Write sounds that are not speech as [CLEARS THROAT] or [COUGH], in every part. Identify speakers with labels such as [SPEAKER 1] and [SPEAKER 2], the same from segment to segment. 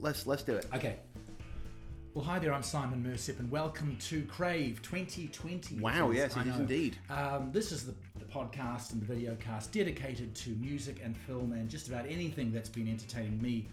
[SPEAKER 1] Let's let's do it.
[SPEAKER 2] Okay. Well, hi there. I'm Simon Mersip, and welcome to Crave 2020.
[SPEAKER 1] Wow, yes,
[SPEAKER 2] I
[SPEAKER 1] it is
[SPEAKER 2] know.
[SPEAKER 1] indeed.
[SPEAKER 2] Um, this is the, the podcast and the videocast dedicated to music and film and just about anything that's been entertaining me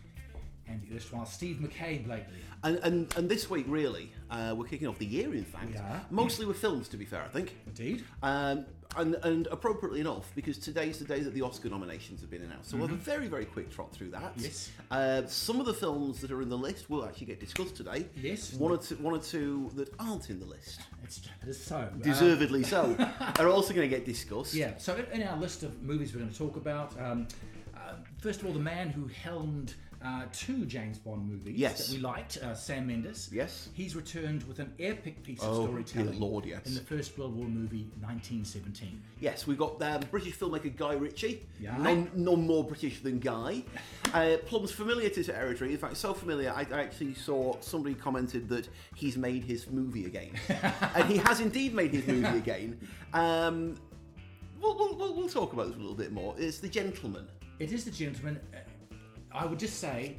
[SPEAKER 2] and the erstwhile Steve McCabe lately.
[SPEAKER 1] And and, and this week really, uh, we're kicking off the year. In fact,
[SPEAKER 2] We are.
[SPEAKER 1] mostly with films. To be fair, I think.
[SPEAKER 2] Indeed.
[SPEAKER 1] Um, and, and appropriately enough, because today's the day that the Oscar nominations have been announced. So we'll have a very, very quick trot through that.
[SPEAKER 2] Mm-hmm. Yes.
[SPEAKER 1] Uh, some of the films that are in the list will actually get discussed today.
[SPEAKER 2] Yes.
[SPEAKER 1] One or two, one or two that aren't in the list,
[SPEAKER 2] It's, it is so. um,
[SPEAKER 1] deservedly so, [LAUGHS] are also going to get discussed.
[SPEAKER 2] Yeah, so in- in our list of movies we're going to talk about, um, uh, first of all, the man who helmed uh, two James Bond movies
[SPEAKER 1] Yes.
[SPEAKER 2] that we liked, uh, Sam Mendes.
[SPEAKER 1] Yes.
[SPEAKER 2] He's returned with an epic piece of
[SPEAKER 1] Oh,
[SPEAKER 2] storytelling.
[SPEAKER 1] dear Lord, yes.
[SPEAKER 2] In the First World War movie, 1917.
[SPEAKER 1] Yes, we've got um, British filmmaker Guy Ritchie.
[SPEAKER 2] Yeah.
[SPEAKER 1] None, none more British than Guy. uh, Plum's familiar to territory. In fact, so familiar, I, I actually saw somebody commented that he's made his movie
[SPEAKER 2] [LAUGHS]
[SPEAKER 1] again. and he has indeed made his movie again. Um, we'll, we'll, we'll, we'll talk about this a little bit more. It's The Gentleman.
[SPEAKER 2] It is the gentleman. uh, I would just say,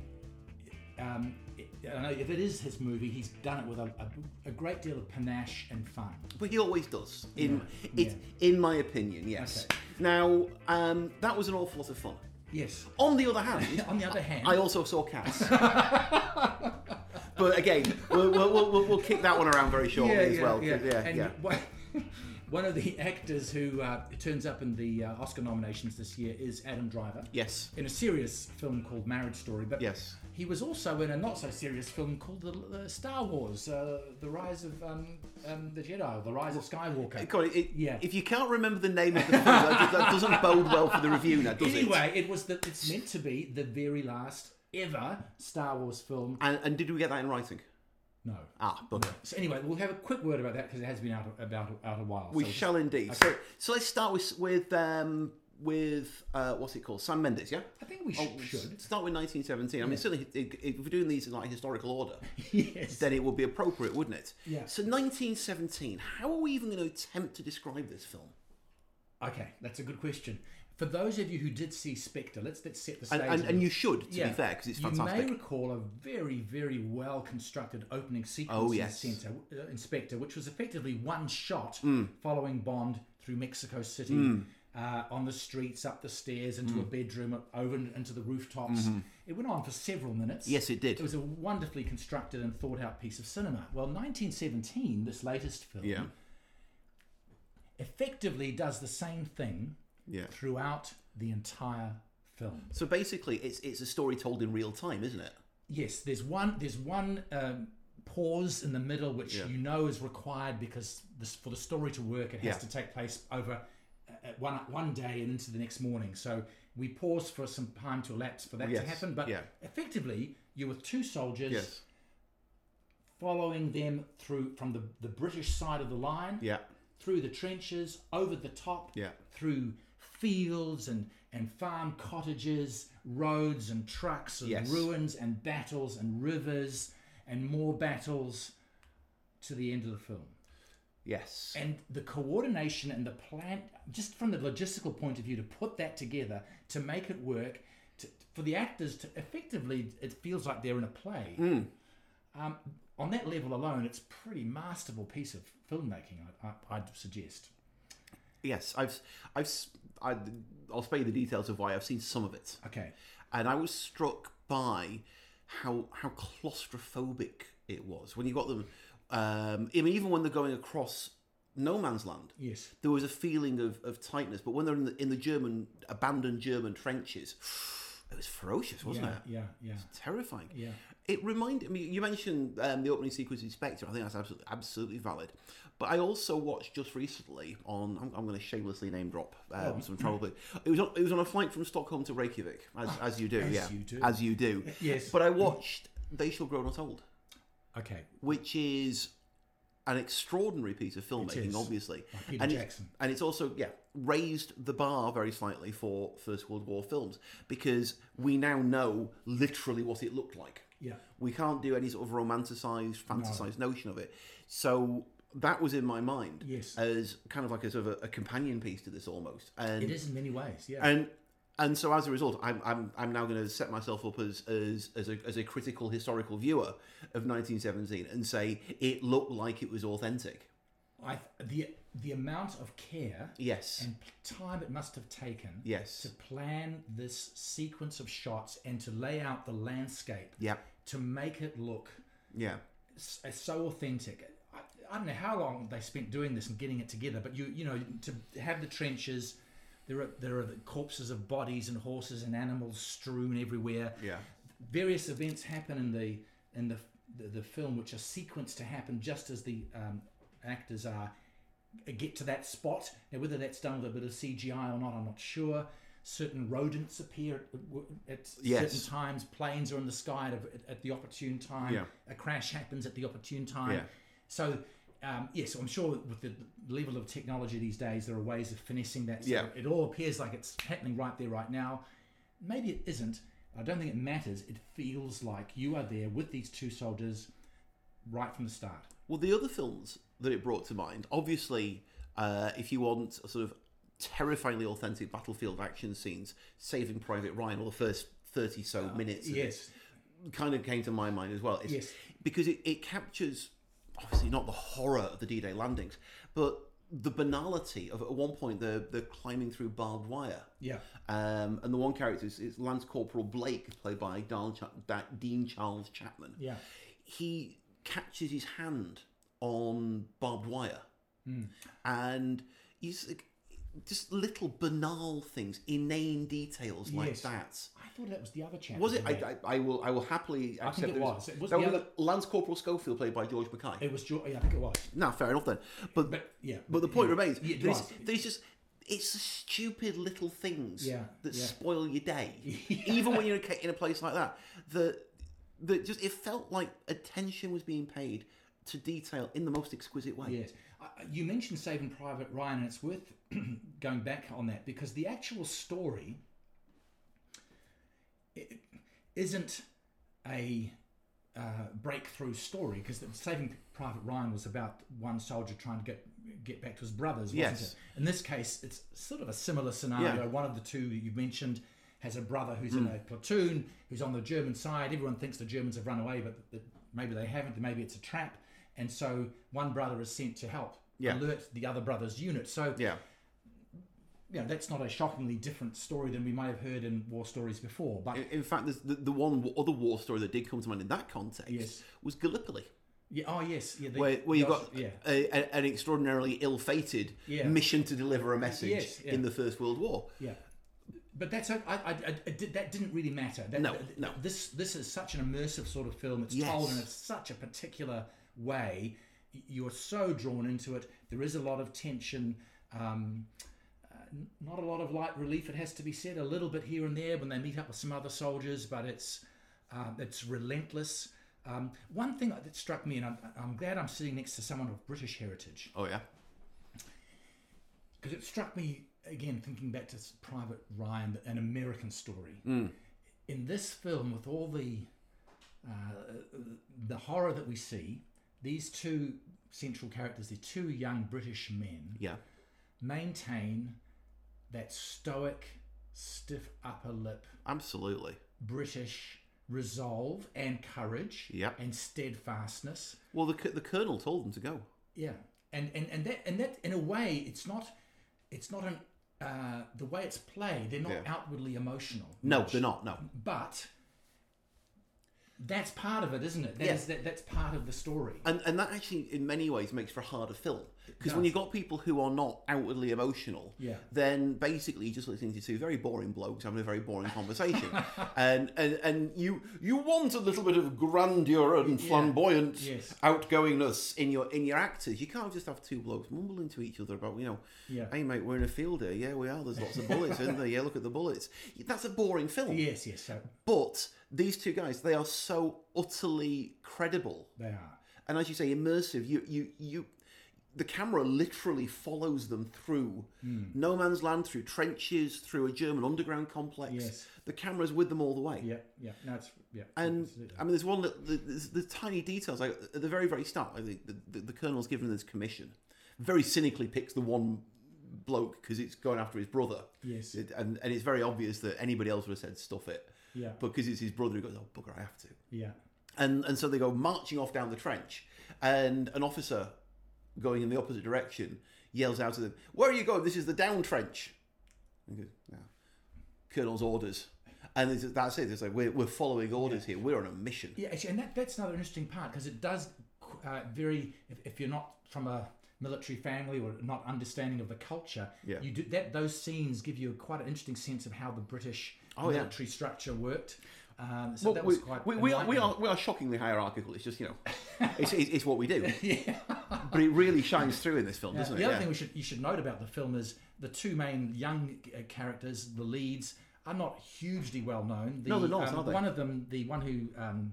[SPEAKER 2] um, it, I know if it is his movie, he's done it with a, a, a great deal of panache and fun.
[SPEAKER 1] But he always does, in,
[SPEAKER 2] Yeah.
[SPEAKER 1] it, in my opinion, yes.
[SPEAKER 2] Okay.
[SPEAKER 1] Now, um, that was an awful lot of fun.
[SPEAKER 2] Yes.
[SPEAKER 1] On the other hand,
[SPEAKER 2] [LAUGHS] On the other hand,
[SPEAKER 1] I also saw cats. but again, we'll, we'll, we'll, we'll- we'll kick that one around very shortly as well. 'cause- Yeah,
[SPEAKER 2] And
[SPEAKER 1] yeah.
[SPEAKER 2] one- [LAUGHS] One of the actors who uh, turns up in the uh, Oscar nominations this year is Adam Driver.
[SPEAKER 1] Yes.
[SPEAKER 2] In a serious film called Marriage Story, but
[SPEAKER 1] Yes.
[SPEAKER 2] he was also in a not so serious film called the, the Star Wars: uh, The Rise of um, um, the Jedi, or The Rise of Skywalker.
[SPEAKER 1] God, it-
[SPEAKER 2] Yeah.
[SPEAKER 1] If you can't remember the name of the film, that, that doesn't bode well for the review now, does it?
[SPEAKER 2] Anyway, it was the, it's meant to be the very last ever Star Wars film.
[SPEAKER 1] And, and did we get that in writing?
[SPEAKER 2] No.
[SPEAKER 1] Ah, bugger.
[SPEAKER 2] So anyway, we'll have a quick word about that because it has been out about out a while.
[SPEAKER 1] We
[SPEAKER 2] so
[SPEAKER 1] shall indeed. So, so let's start with with um, with uh, what's it called? Sam Mendes, yeah.
[SPEAKER 2] I think we sh-
[SPEAKER 1] Oh,
[SPEAKER 2] should.
[SPEAKER 1] start with 1917. I mean, certainly, i- i- if we're doing these in like historical order, [LAUGHS]
[SPEAKER 2] Yes.
[SPEAKER 1] then it would be appropriate, wouldn't it?
[SPEAKER 2] Yeah.
[SPEAKER 1] So 1917. How are we even going to attempt to describe this film?
[SPEAKER 2] Okay, that's a good question. For those of you who did see Spectre, let's let's set the stage.
[SPEAKER 1] And, and,
[SPEAKER 2] a
[SPEAKER 1] and
[SPEAKER 2] bit.
[SPEAKER 1] you should, to
[SPEAKER 2] Yeah.
[SPEAKER 1] be fair, because it's
[SPEAKER 2] You
[SPEAKER 1] fantastic.
[SPEAKER 2] may recall a very very well constructed opening sequence
[SPEAKER 1] Oh,
[SPEAKER 2] in
[SPEAKER 1] yes.
[SPEAKER 2] Center, uh, Inspector, which was effectively one shot
[SPEAKER 1] Hmm.
[SPEAKER 2] following Bond through Mexico City. Uh, on the streets, up the stairs,
[SPEAKER 1] Hmm.
[SPEAKER 2] into a bedroom, up- over and- into the rooftops. It went on for several minutes.
[SPEAKER 1] Mm-hmm. Yes, it did.
[SPEAKER 2] It was a wonderfully constructed and thought out piece of cinema. Well, 1917, this latest film,
[SPEAKER 1] Yeah.
[SPEAKER 2] effectively does the same thing
[SPEAKER 1] Yeah.
[SPEAKER 2] throughout the entire film.
[SPEAKER 1] So basically, it's it's a story told in real time, isn't it?
[SPEAKER 2] Yes, there's one there's one um, pause in the middle which
[SPEAKER 1] Yeah.
[SPEAKER 2] you know is required because this, for the story to work, it has
[SPEAKER 1] Yeah.
[SPEAKER 2] to take place over uh, uh, one one day and into the next morning. So we pause for some time to elapse for that
[SPEAKER 1] Yes,
[SPEAKER 2] to happen. But
[SPEAKER 1] yeah.
[SPEAKER 2] effectively, you're with two soldiers following them through from the, the British side of the line.
[SPEAKER 1] Yeah.
[SPEAKER 2] through the trenches, over the top,
[SPEAKER 1] Yeah.
[SPEAKER 2] through fields and, and farm cottages, roads and trucks and
[SPEAKER 1] Yes.
[SPEAKER 2] ruins and battles and rivers and more battles to the end of the film.
[SPEAKER 1] Yes.
[SPEAKER 2] And the coordination and the plan, just from the logistical point of view, to put that together, to make it work, to, for the actors to effectively, it feels like they're in a play.
[SPEAKER 1] Hmm.
[SPEAKER 2] Um, on that level alone, it's a pretty masterful piece of filmmaking, I, I, I'd suggest.
[SPEAKER 1] yes. I've I've s- I, I'll spare you the details of why I've seen some of it,
[SPEAKER 2] Okay.
[SPEAKER 1] and I was struck by how how claustrophobic it was when you got them. Um, I mean, even when they're going across no man's land,
[SPEAKER 2] Yes.
[SPEAKER 1] there was a feeling of, of tightness. But when they're in the, in the German abandoned German trenches, [SIGHS] it was ferocious, wasn't
[SPEAKER 2] Yeah,
[SPEAKER 1] it?
[SPEAKER 2] yeah, yeah.
[SPEAKER 1] terrifying.
[SPEAKER 2] Yeah.
[SPEAKER 1] It reminded me. You mentioned um, the opening sequence in Spectre. I think that's absolutely, absolutely valid. But I also watched just recently on. I'm, I'm going to shamelessly name drop um,
[SPEAKER 2] Oh.
[SPEAKER 1] some travel. But it was on, it was on a flight from Stockholm to Reykjavik, as, as you do.
[SPEAKER 2] Ah, as
[SPEAKER 1] yeah,
[SPEAKER 2] you do.
[SPEAKER 1] as you do.
[SPEAKER 2] Yes.
[SPEAKER 1] But I watched They Shall Grow Not Old,
[SPEAKER 2] Okay.
[SPEAKER 1] which is an extraordinary piece of filmmaking,
[SPEAKER 2] is.
[SPEAKER 1] obviously.
[SPEAKER 2] Peter
[SPEAKER 1] and
[SPEAKER 2] Jackson.
[SPEAKER 1] It's, and it's also yeah raised the bar very slightly for First World War films because we now know literally what it looked like.
[SPEAKER 2] Yeah.
[SPEAKER 1] We can't do any sort of romanticized, fantasized notion of it. So that was in my mind
[SPEAKER 2] Yes.
[SPEAKER 1] as kind of like a sort of a, a companion piece to this almost. And
[SPEAKER 2] It is in many ways, yeah.
[SPEAKER 1] and And so as a result, I'm, I'm, I'm now going to set myself up as, as, as, a, as a critical historical viewer of 1917 and say it looked like it was authentic.
[SPEAKER 2] I the the amount of care
[SPEAKER 1] Yes.
[SPEAKER 2] and p- time it must have taken
[SPEAKER 1] Yes.
[SPEAKER 2] to plan this sequence of shots and to lay out the landscape
[SPEAKER 1] yeah.
[SPEAKER 2] to make it look
[SPEAKER 1] Yeah.
[SPEAKER 2] s- so authentic. I, I don't know how long they spent doing this and getting it together, but you you know to have the trenches. There are, there are the corpses of bodies and horses and animals strewn everywhere.
[SPEAKER 1] Yeah.
[SPEAKER 2] Various events happen in the in the the, the film which are sequenced to happen just as the um, actors are uh, get to that spot. Now, whether that's done with a bit of CGI or not, I'm not sure. Certain rodents appear at, at
[SPEAKER 1] Yes.
[SPEAKER 2] certain times. Planes are in the sky at, a- at the opportune time.
[SPEAKER 1] Yeah.
[SPEAKER 2] A crash happens at the opportune time.
[SPEAKER 1] Yeah.
[SPEAKER 2] So, um, yes, I'm sure with the level of technology these days, there are ways of finessing that. So
[SPEAKER 1] Yeah.
[SPEAKER 2] It all appears like it's happening right there, right now. Maybe it isn't. I don't think it matters. It feels like you are there with these two soldiers right from the start.
[SPEAKER 1] Well, the other films that it brought to mind, obviously, uh, if you want a sort of terrifyingly authentic battlefield action scenes, Saving Private Ryan, or the first 30 so minutes of
[SPEAKER 2] Yes.
[SPEAKER 1] kind of came to my mind as well. It's,
[SPEAKER 2] Yes.
[SPEAKER 1] Because it, it captures, obviously, not the horror of the D Day landings, but the banality of at one point they're, they're climbing through barbed wire.
[SPEAKER 2] Yeah.
[SPEAKER 1] Um, and the one character is, is Lance Corporal Blake, played by Dal Cha- Da- Dean Charles Chapman.
[SPEAKER 2] Yeah.
[SPEAKER 1] He catches his hand on barbed wire.
[SPEAKER 2] Hmm.
[SPEAKER 1] And he's like, just little banal things, inane details like
[SPEAKER 2] Yes.
[SPEAKER 1] that.
[SPEAKER 2] I thought that was the other channel.
[SPEAKER 1] Was it? I, I, I will. I will happily accept.
[SPEAKER 2] it
[SPEAKER 1] there
[SPEAKER 2] was. It was
[SPEAKER 1] that
[SPEAKER 2] the
[SPEAKER 1] was
[SPEAKER 2] other-
[SPEAKER 1] Lance Corporal Schofield, played by George Mackay.
[SPEAKER 2] It was. Jo- Yeah, I think it was.
[SPEAKER 1] now, fair enough then. But
[SPEAKER 2] But yeah.
[SPEAKER 1] but the point remains.
[SPEAKER 2] Yeah, it
[SPEAKER 1] there's,
[SPEAKER 2] was.
[SPEAKER 1] there's just it's the stupid little things
[SPEAKER 2] Yeah,
[SPEAKER 1] that
[SPEAKER 2] yeah.
[SPEAKER 1] spoil your day,
[SPEAKER 2] [LAUGHS]
[SPEAKER 1] even when you're in a- in a place like that. That that just it felt like attention was being paid to detail in the most exquisite way.
[SPEAKER 2] Yes. I- I- You mentioned Saving Private Ryan, and it's worth [CLEARS THROAT] going back on that because the actual story it isn't a uh, breakthrough story because Saving Private Ryan was about one soldier trying to get get back to his brothers. Wasn't
[SPEAKER 1] Yes.
[SPEAKER 2] It? In this case, it's sort of a similar scenario.
[SPEAKER 1] Yeah.
[SPEAKER 2] One of the two that you mentioned has a brother who's
[SPEAKER 1] Hmm.
[SPEAKER 2] in a platoon who's on the German side. Everyone thinks the Germans have run away, but th- maybe they haven't. Maybe it's a trap. And so one brother is sent to help
[SPEAKER 1] Yeah.
[SPEAKER 2] alert the other brother's unit. So
[SPEAKER 1] Yeah.
[SPEAKER 2] you know, that's not a shockingly different story than we may have heard in war stories before. But
[SPEAKER 1] In, in fact, there's the, the one w- other war story that did come to mind in that context
[SPEAKER 2] Yes.
[SPEAKER 1] was Gallipoli.
[SPEAKER 2] yeah, oh yes, yeah, the,
[SPEAKER 1] Where, where you've
[SPEAKER 2] the-
[SPEAKER 1] got
[SPEAKER 2] yeah.
[SPEAKER 1] a, a- an extraordinarily ill-fated
[SPEAKER 2] Yeah.
[SPEAKER 1] mission to deliver a message
[SPEAKER 2] Yes, yeah.
[SPEAKER 1] in the First World War.
[SPEAKER 2] Yeah, but that's I, I, I, I did, that didn't really matter. That,
[SPEAKER 1] No,
[SPEAKER 2] that-
[SPEAKER 1] no.
[SPEAKER 2] This this is such an immersive sort of film. It's
[SPEAKER 1] Yes.
[SPEAKER 2] told in a, such a particular way. Y- You're so drawn into it. There is a lot of tension. Um, uh, n- not a lot of light relief. It has to be said. A little bit here and there when they meet up with some other soldiers, but it's um, it's relentless. Um, one thing that struck me, and I'm, I'm glad I'm sitting next to someone of British heritage
[SPEAKER 1] Oh yeah,
[SPEAKER 2] because it struck me again thinking back to s- Private Ryan, an American story. In this film, with all the uh, the horror that we see, these two central characters, the two young British men,
[SPEAKER 1] yeah,
[SPEAKER 2] maintain that stoic, stiff upper lip,
[SPEAKER 1] absolutely.
[SPEAKER 2] British resolve and courage
[SPEAKER 1] Yep.
[SPEAKER 2] and steadfastness.
[SPEAKER 1] Well, the co- the colonel told them to go.
[SPEAKER 2] Yeah, and and and that and that in a way, it's not, it's not an uh, the way it's played. They're not
[SPEAKER 1] Yeah.
[SPEAKER 2] outwardly emotional.
[SPEAKER 1] No,
[SPEAKER 2] much,
[SPEAKER 1] they're not. No,
[SPEAKER 2] But that's part of it, isn't it? That
[SPEAKER 1] Yeah. Um,
[SPEAKER 2] is- that, that's part of the story.
[SPEAKER 1] and and that actually, in many ways, makes for a harder film because when
[SPEAKER 2] does.
[SPEAKER 1] you've got people who are not outwardly emotional,
[SPEAKER 2] Yeah.
[SPEAKER 1] then basically you're just listening to two very boring blokes having a very boring
[SPEAKER 2] [LAUGHS]
[SPEAKER 1] conversation, and, and and you you want a little bit of grandeur and flamboyant
[SPEAKER 2] Yes.
[SPEAKER 1] outgoingness in your in your actors. You can't just have two blokes mumbling to each other about you know,
[SPEAKER 2] Yeah.
[SPEAKER 1] hey mate, we're in a field here. Yeah, we are. There's lots of bullets, isn't there? Yeah, look at the bullets. That's a boring film.
[SPEAKER 2] Yes, yes, so
[SPEAKER 1] But these two guys, they are so utterly credible,
[SPEAKER 2] they are.
[SPEAKER 1] and as you say, immersive. You you you. The camera literally follows them through
[SPEAKER 2] Hmm.
[SPEAKER 1] no man's land, through trenches, through a German underground complex.
[SPEAKER 2] Yes.
[SPEAKER 1] The camera's with them all the way.
[SPEAKER 2] Yeah, yeah. No, it's yeah.
[SPEAKER 1] And
[SPEAKER 2] absolutely.
[SPEAKER 1] I mean, there's one that the, the, the tiny details. Like at the very, very start, I think the, the, the colonel's given this commission, very cynically picks the one bloke because it's going after his brother.
[SPEAKER 2] Yes.
[SPEAKER 1] It- and, and it's very obvious that anybody else would have said, stuff it.
[SPEAKER 2] Yeah.
[SPEAKER 1] But because it's his brother, he goes, oh, bugger, I have to.
[SPEAKER 2] Yeah.
[SPEAKER 1] And, and so they go marching off down the trench, and an officer going in the opposite direction yells out to them, Where are you going? This is the down trench. And he goes, "No. Colonel's orders. And it's, that's it. It's like, we're, we're following orders here. We're on a mission.
[SPEAKER 2] Yeah, actually, and that, that's another interesting part because it does uh, very. If, if you're not from a military family or not understanding of the culture,
[SPEAKER 1] Yeah.
[SPEAKER 2] you do that. Those scenes give you quite an interesting sense of how the British
[SPEAKER 1] Oh, yeah.
[SPEAKER 2] military structure worked. Um, so
[SPEAKER 1] Well,
[SPEAKER 2] that
[SPEAKER 1] we,
[SPEAKER 2] was quite.
[SPEAKER 1] we, we, are, we,
[SPEAKER 2] enlightening.
[SPEAKER 1] are, we are shockingly hierarchical. It's just, you
[SPEAKER 2] [LAUGHS]
[SPEAKER 1] know, it's, it's, it's what we do. but it really shines through in this film, doesn't it?
[SPEAKER 2] The other
[SPEAKER 1] Yeah.
[SPEAKER 2] thing we should you should note about the film is the two main young uh, characters, the leads, are not hugely well known. The,
[SPEAKER 1] No, they're not,
[SPEAKER 2] um,
[SPEAKER 1] are they?
[SPEAKER 2] One of them, the one who, um,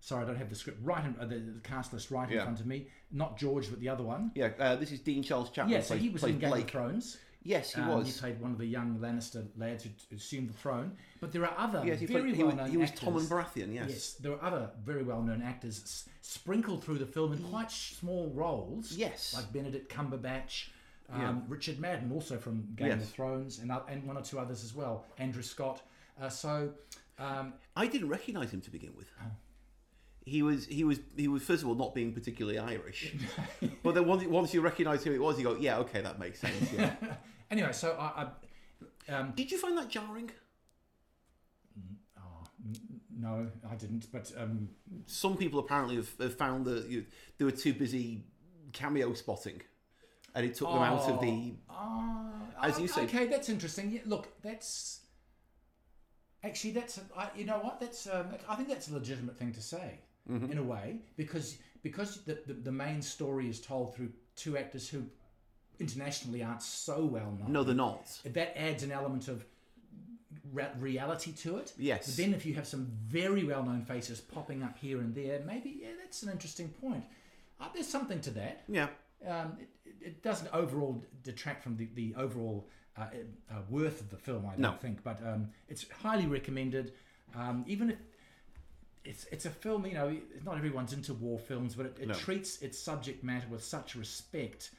[SPEAKER 2] sorry, I don't have the script right in, uh, the, the cast list right
[SPEAKER 1] Yeah.
[SPEAKER 2] in front of me. Not George, but the other one.
[SPEAKER 1] yeah, uh, this is Dean Charles Chapman.
[SPEAKER 2] Yeah, so
[SPEAKER 1] plays-
[SPEAKER 2] he was
[SPEAKER 1] plays
[SPEAKER 2] in Game
[SPEAKER 1] Blake.
[SPEAKER 2] of Thrones.
[SPEAKER 1] Yes, he
[SPEAKER 2] Um,
[SPEAKER 1] was.
[SPEAKER 2] He played one of the young Lannister lads who who assumed the throne. But there are other
[SPEAKER 1] yes, he,
[SPEAKER 2] very
[SPEAKER 1] played, he,
[SPEAKER 2] well
[SPEAKER 1] was,
[SPEAKER 2] known
[SPEAKER 1] he was
[SPEAKER 2] actors.
[SPEAKER 1] Tom and Baratheon, yes.
[SPEAKER 2] Yes, there are other very well known actors s- sprinkled through the film in quite small roles.
[SPEAKER 1] Yes.
[SPEAKER 2] Like Benedict Cumberbatch, um, Richard Madden, also from Game
[SPEAKER 1] Yes.
[SPEAKER 2] of Thrones, and, oth- and one or two others as well, Andrew Scott. Uh, so, um,
[SPEAKER 1] I didn't recognise him to begin with. He was he was he was first of all not being particularly Irish, but then once, once you recognise who it was, you go, yeah, okay, that makes sense. Yeah.
[SPEAKER 2] anyway, so I, I um,
[SPEAKER 1] Did you find that jarring?
[SPEAKER 2] no, I didn't, but um,
[SPEAKER 1] Some people apparently have, have found that you, they were too busy cameo spotting, and it took them out of the.
[SPEAKER 2] Ah,
[SPEAKER 1] As
[SPEAKER 2] ah,
[SPEAKER 1] you say-
[SPEAKER 2] Okay, that's interesting. Yeah, look, that's actually that's I, you know what that's um, I think that's a legitimate thing to say
[SPEAKER 1] Mm-hmm.
[SPEAKER 2] in a way because because the, the the main story is told through two actors who internationally aren't so well known.
[SPEAKER 1] No, they're not.
[SPEAKER 2] That adds an element of re- reality to it.
[SPEAKER 1] Yes.
[SPEAKER 2] But then if you have some very well-known faces popping up here and there, maybe yeah, that's an interesting point. Uh, there's something to that
[SPEAKER 1] Yeah,
[SPEAKER 2] um, it, it- it doesn't overall detract from the, the overall uh, uh, worth of the film, I don't
[SPEAKER 1] No.
[SPEAKER 2] think. But um, it's highly recommended. Um, even if it's it's a film, you know, not everyone's into war films, but it, it
[SPEAKER 1] No.
[SPEAKER 2] treats its subject matter with such respect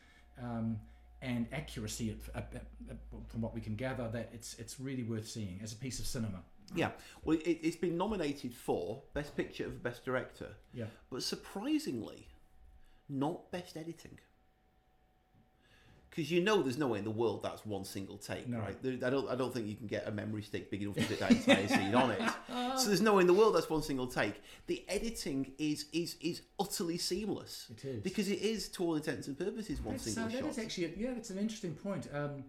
[SPEAKER 2] um, and accuracy, at, at- at- from what we can gather, that it's it's really worth seeing as a piece of cinema.
[SPEAKER 1] yeah. Well, it, it's been nominated for best picture of best director,
[SPEAKER 2] Yeah.
[SPEAKER 1] but surprisingly, not best editing. Because you know, there's no way in the world that's one single take,
[SPEAKER 2] No.
[SPEAKER 1] right? There, I don't, I don't think you can get a memory stick big enough to fit that
[SPEAKER 2] [LAUGHS]
[SPEAKER 1] entire scene on it. So there's no way in the world that's one single take. The editing is is is utterly seamless.
[SPEAKER 2] It is.
[SPEAKER 1] because it is, to all intents and purposes, one
[SPEAKER 2] That's,
[SPEAKER 1] single
[SPEAKER 2] uh, That
[SPEAKER 1] shot.
[SPEAKER 2] is [LAUGHS] actually, yeah, that's an interesting point. Um,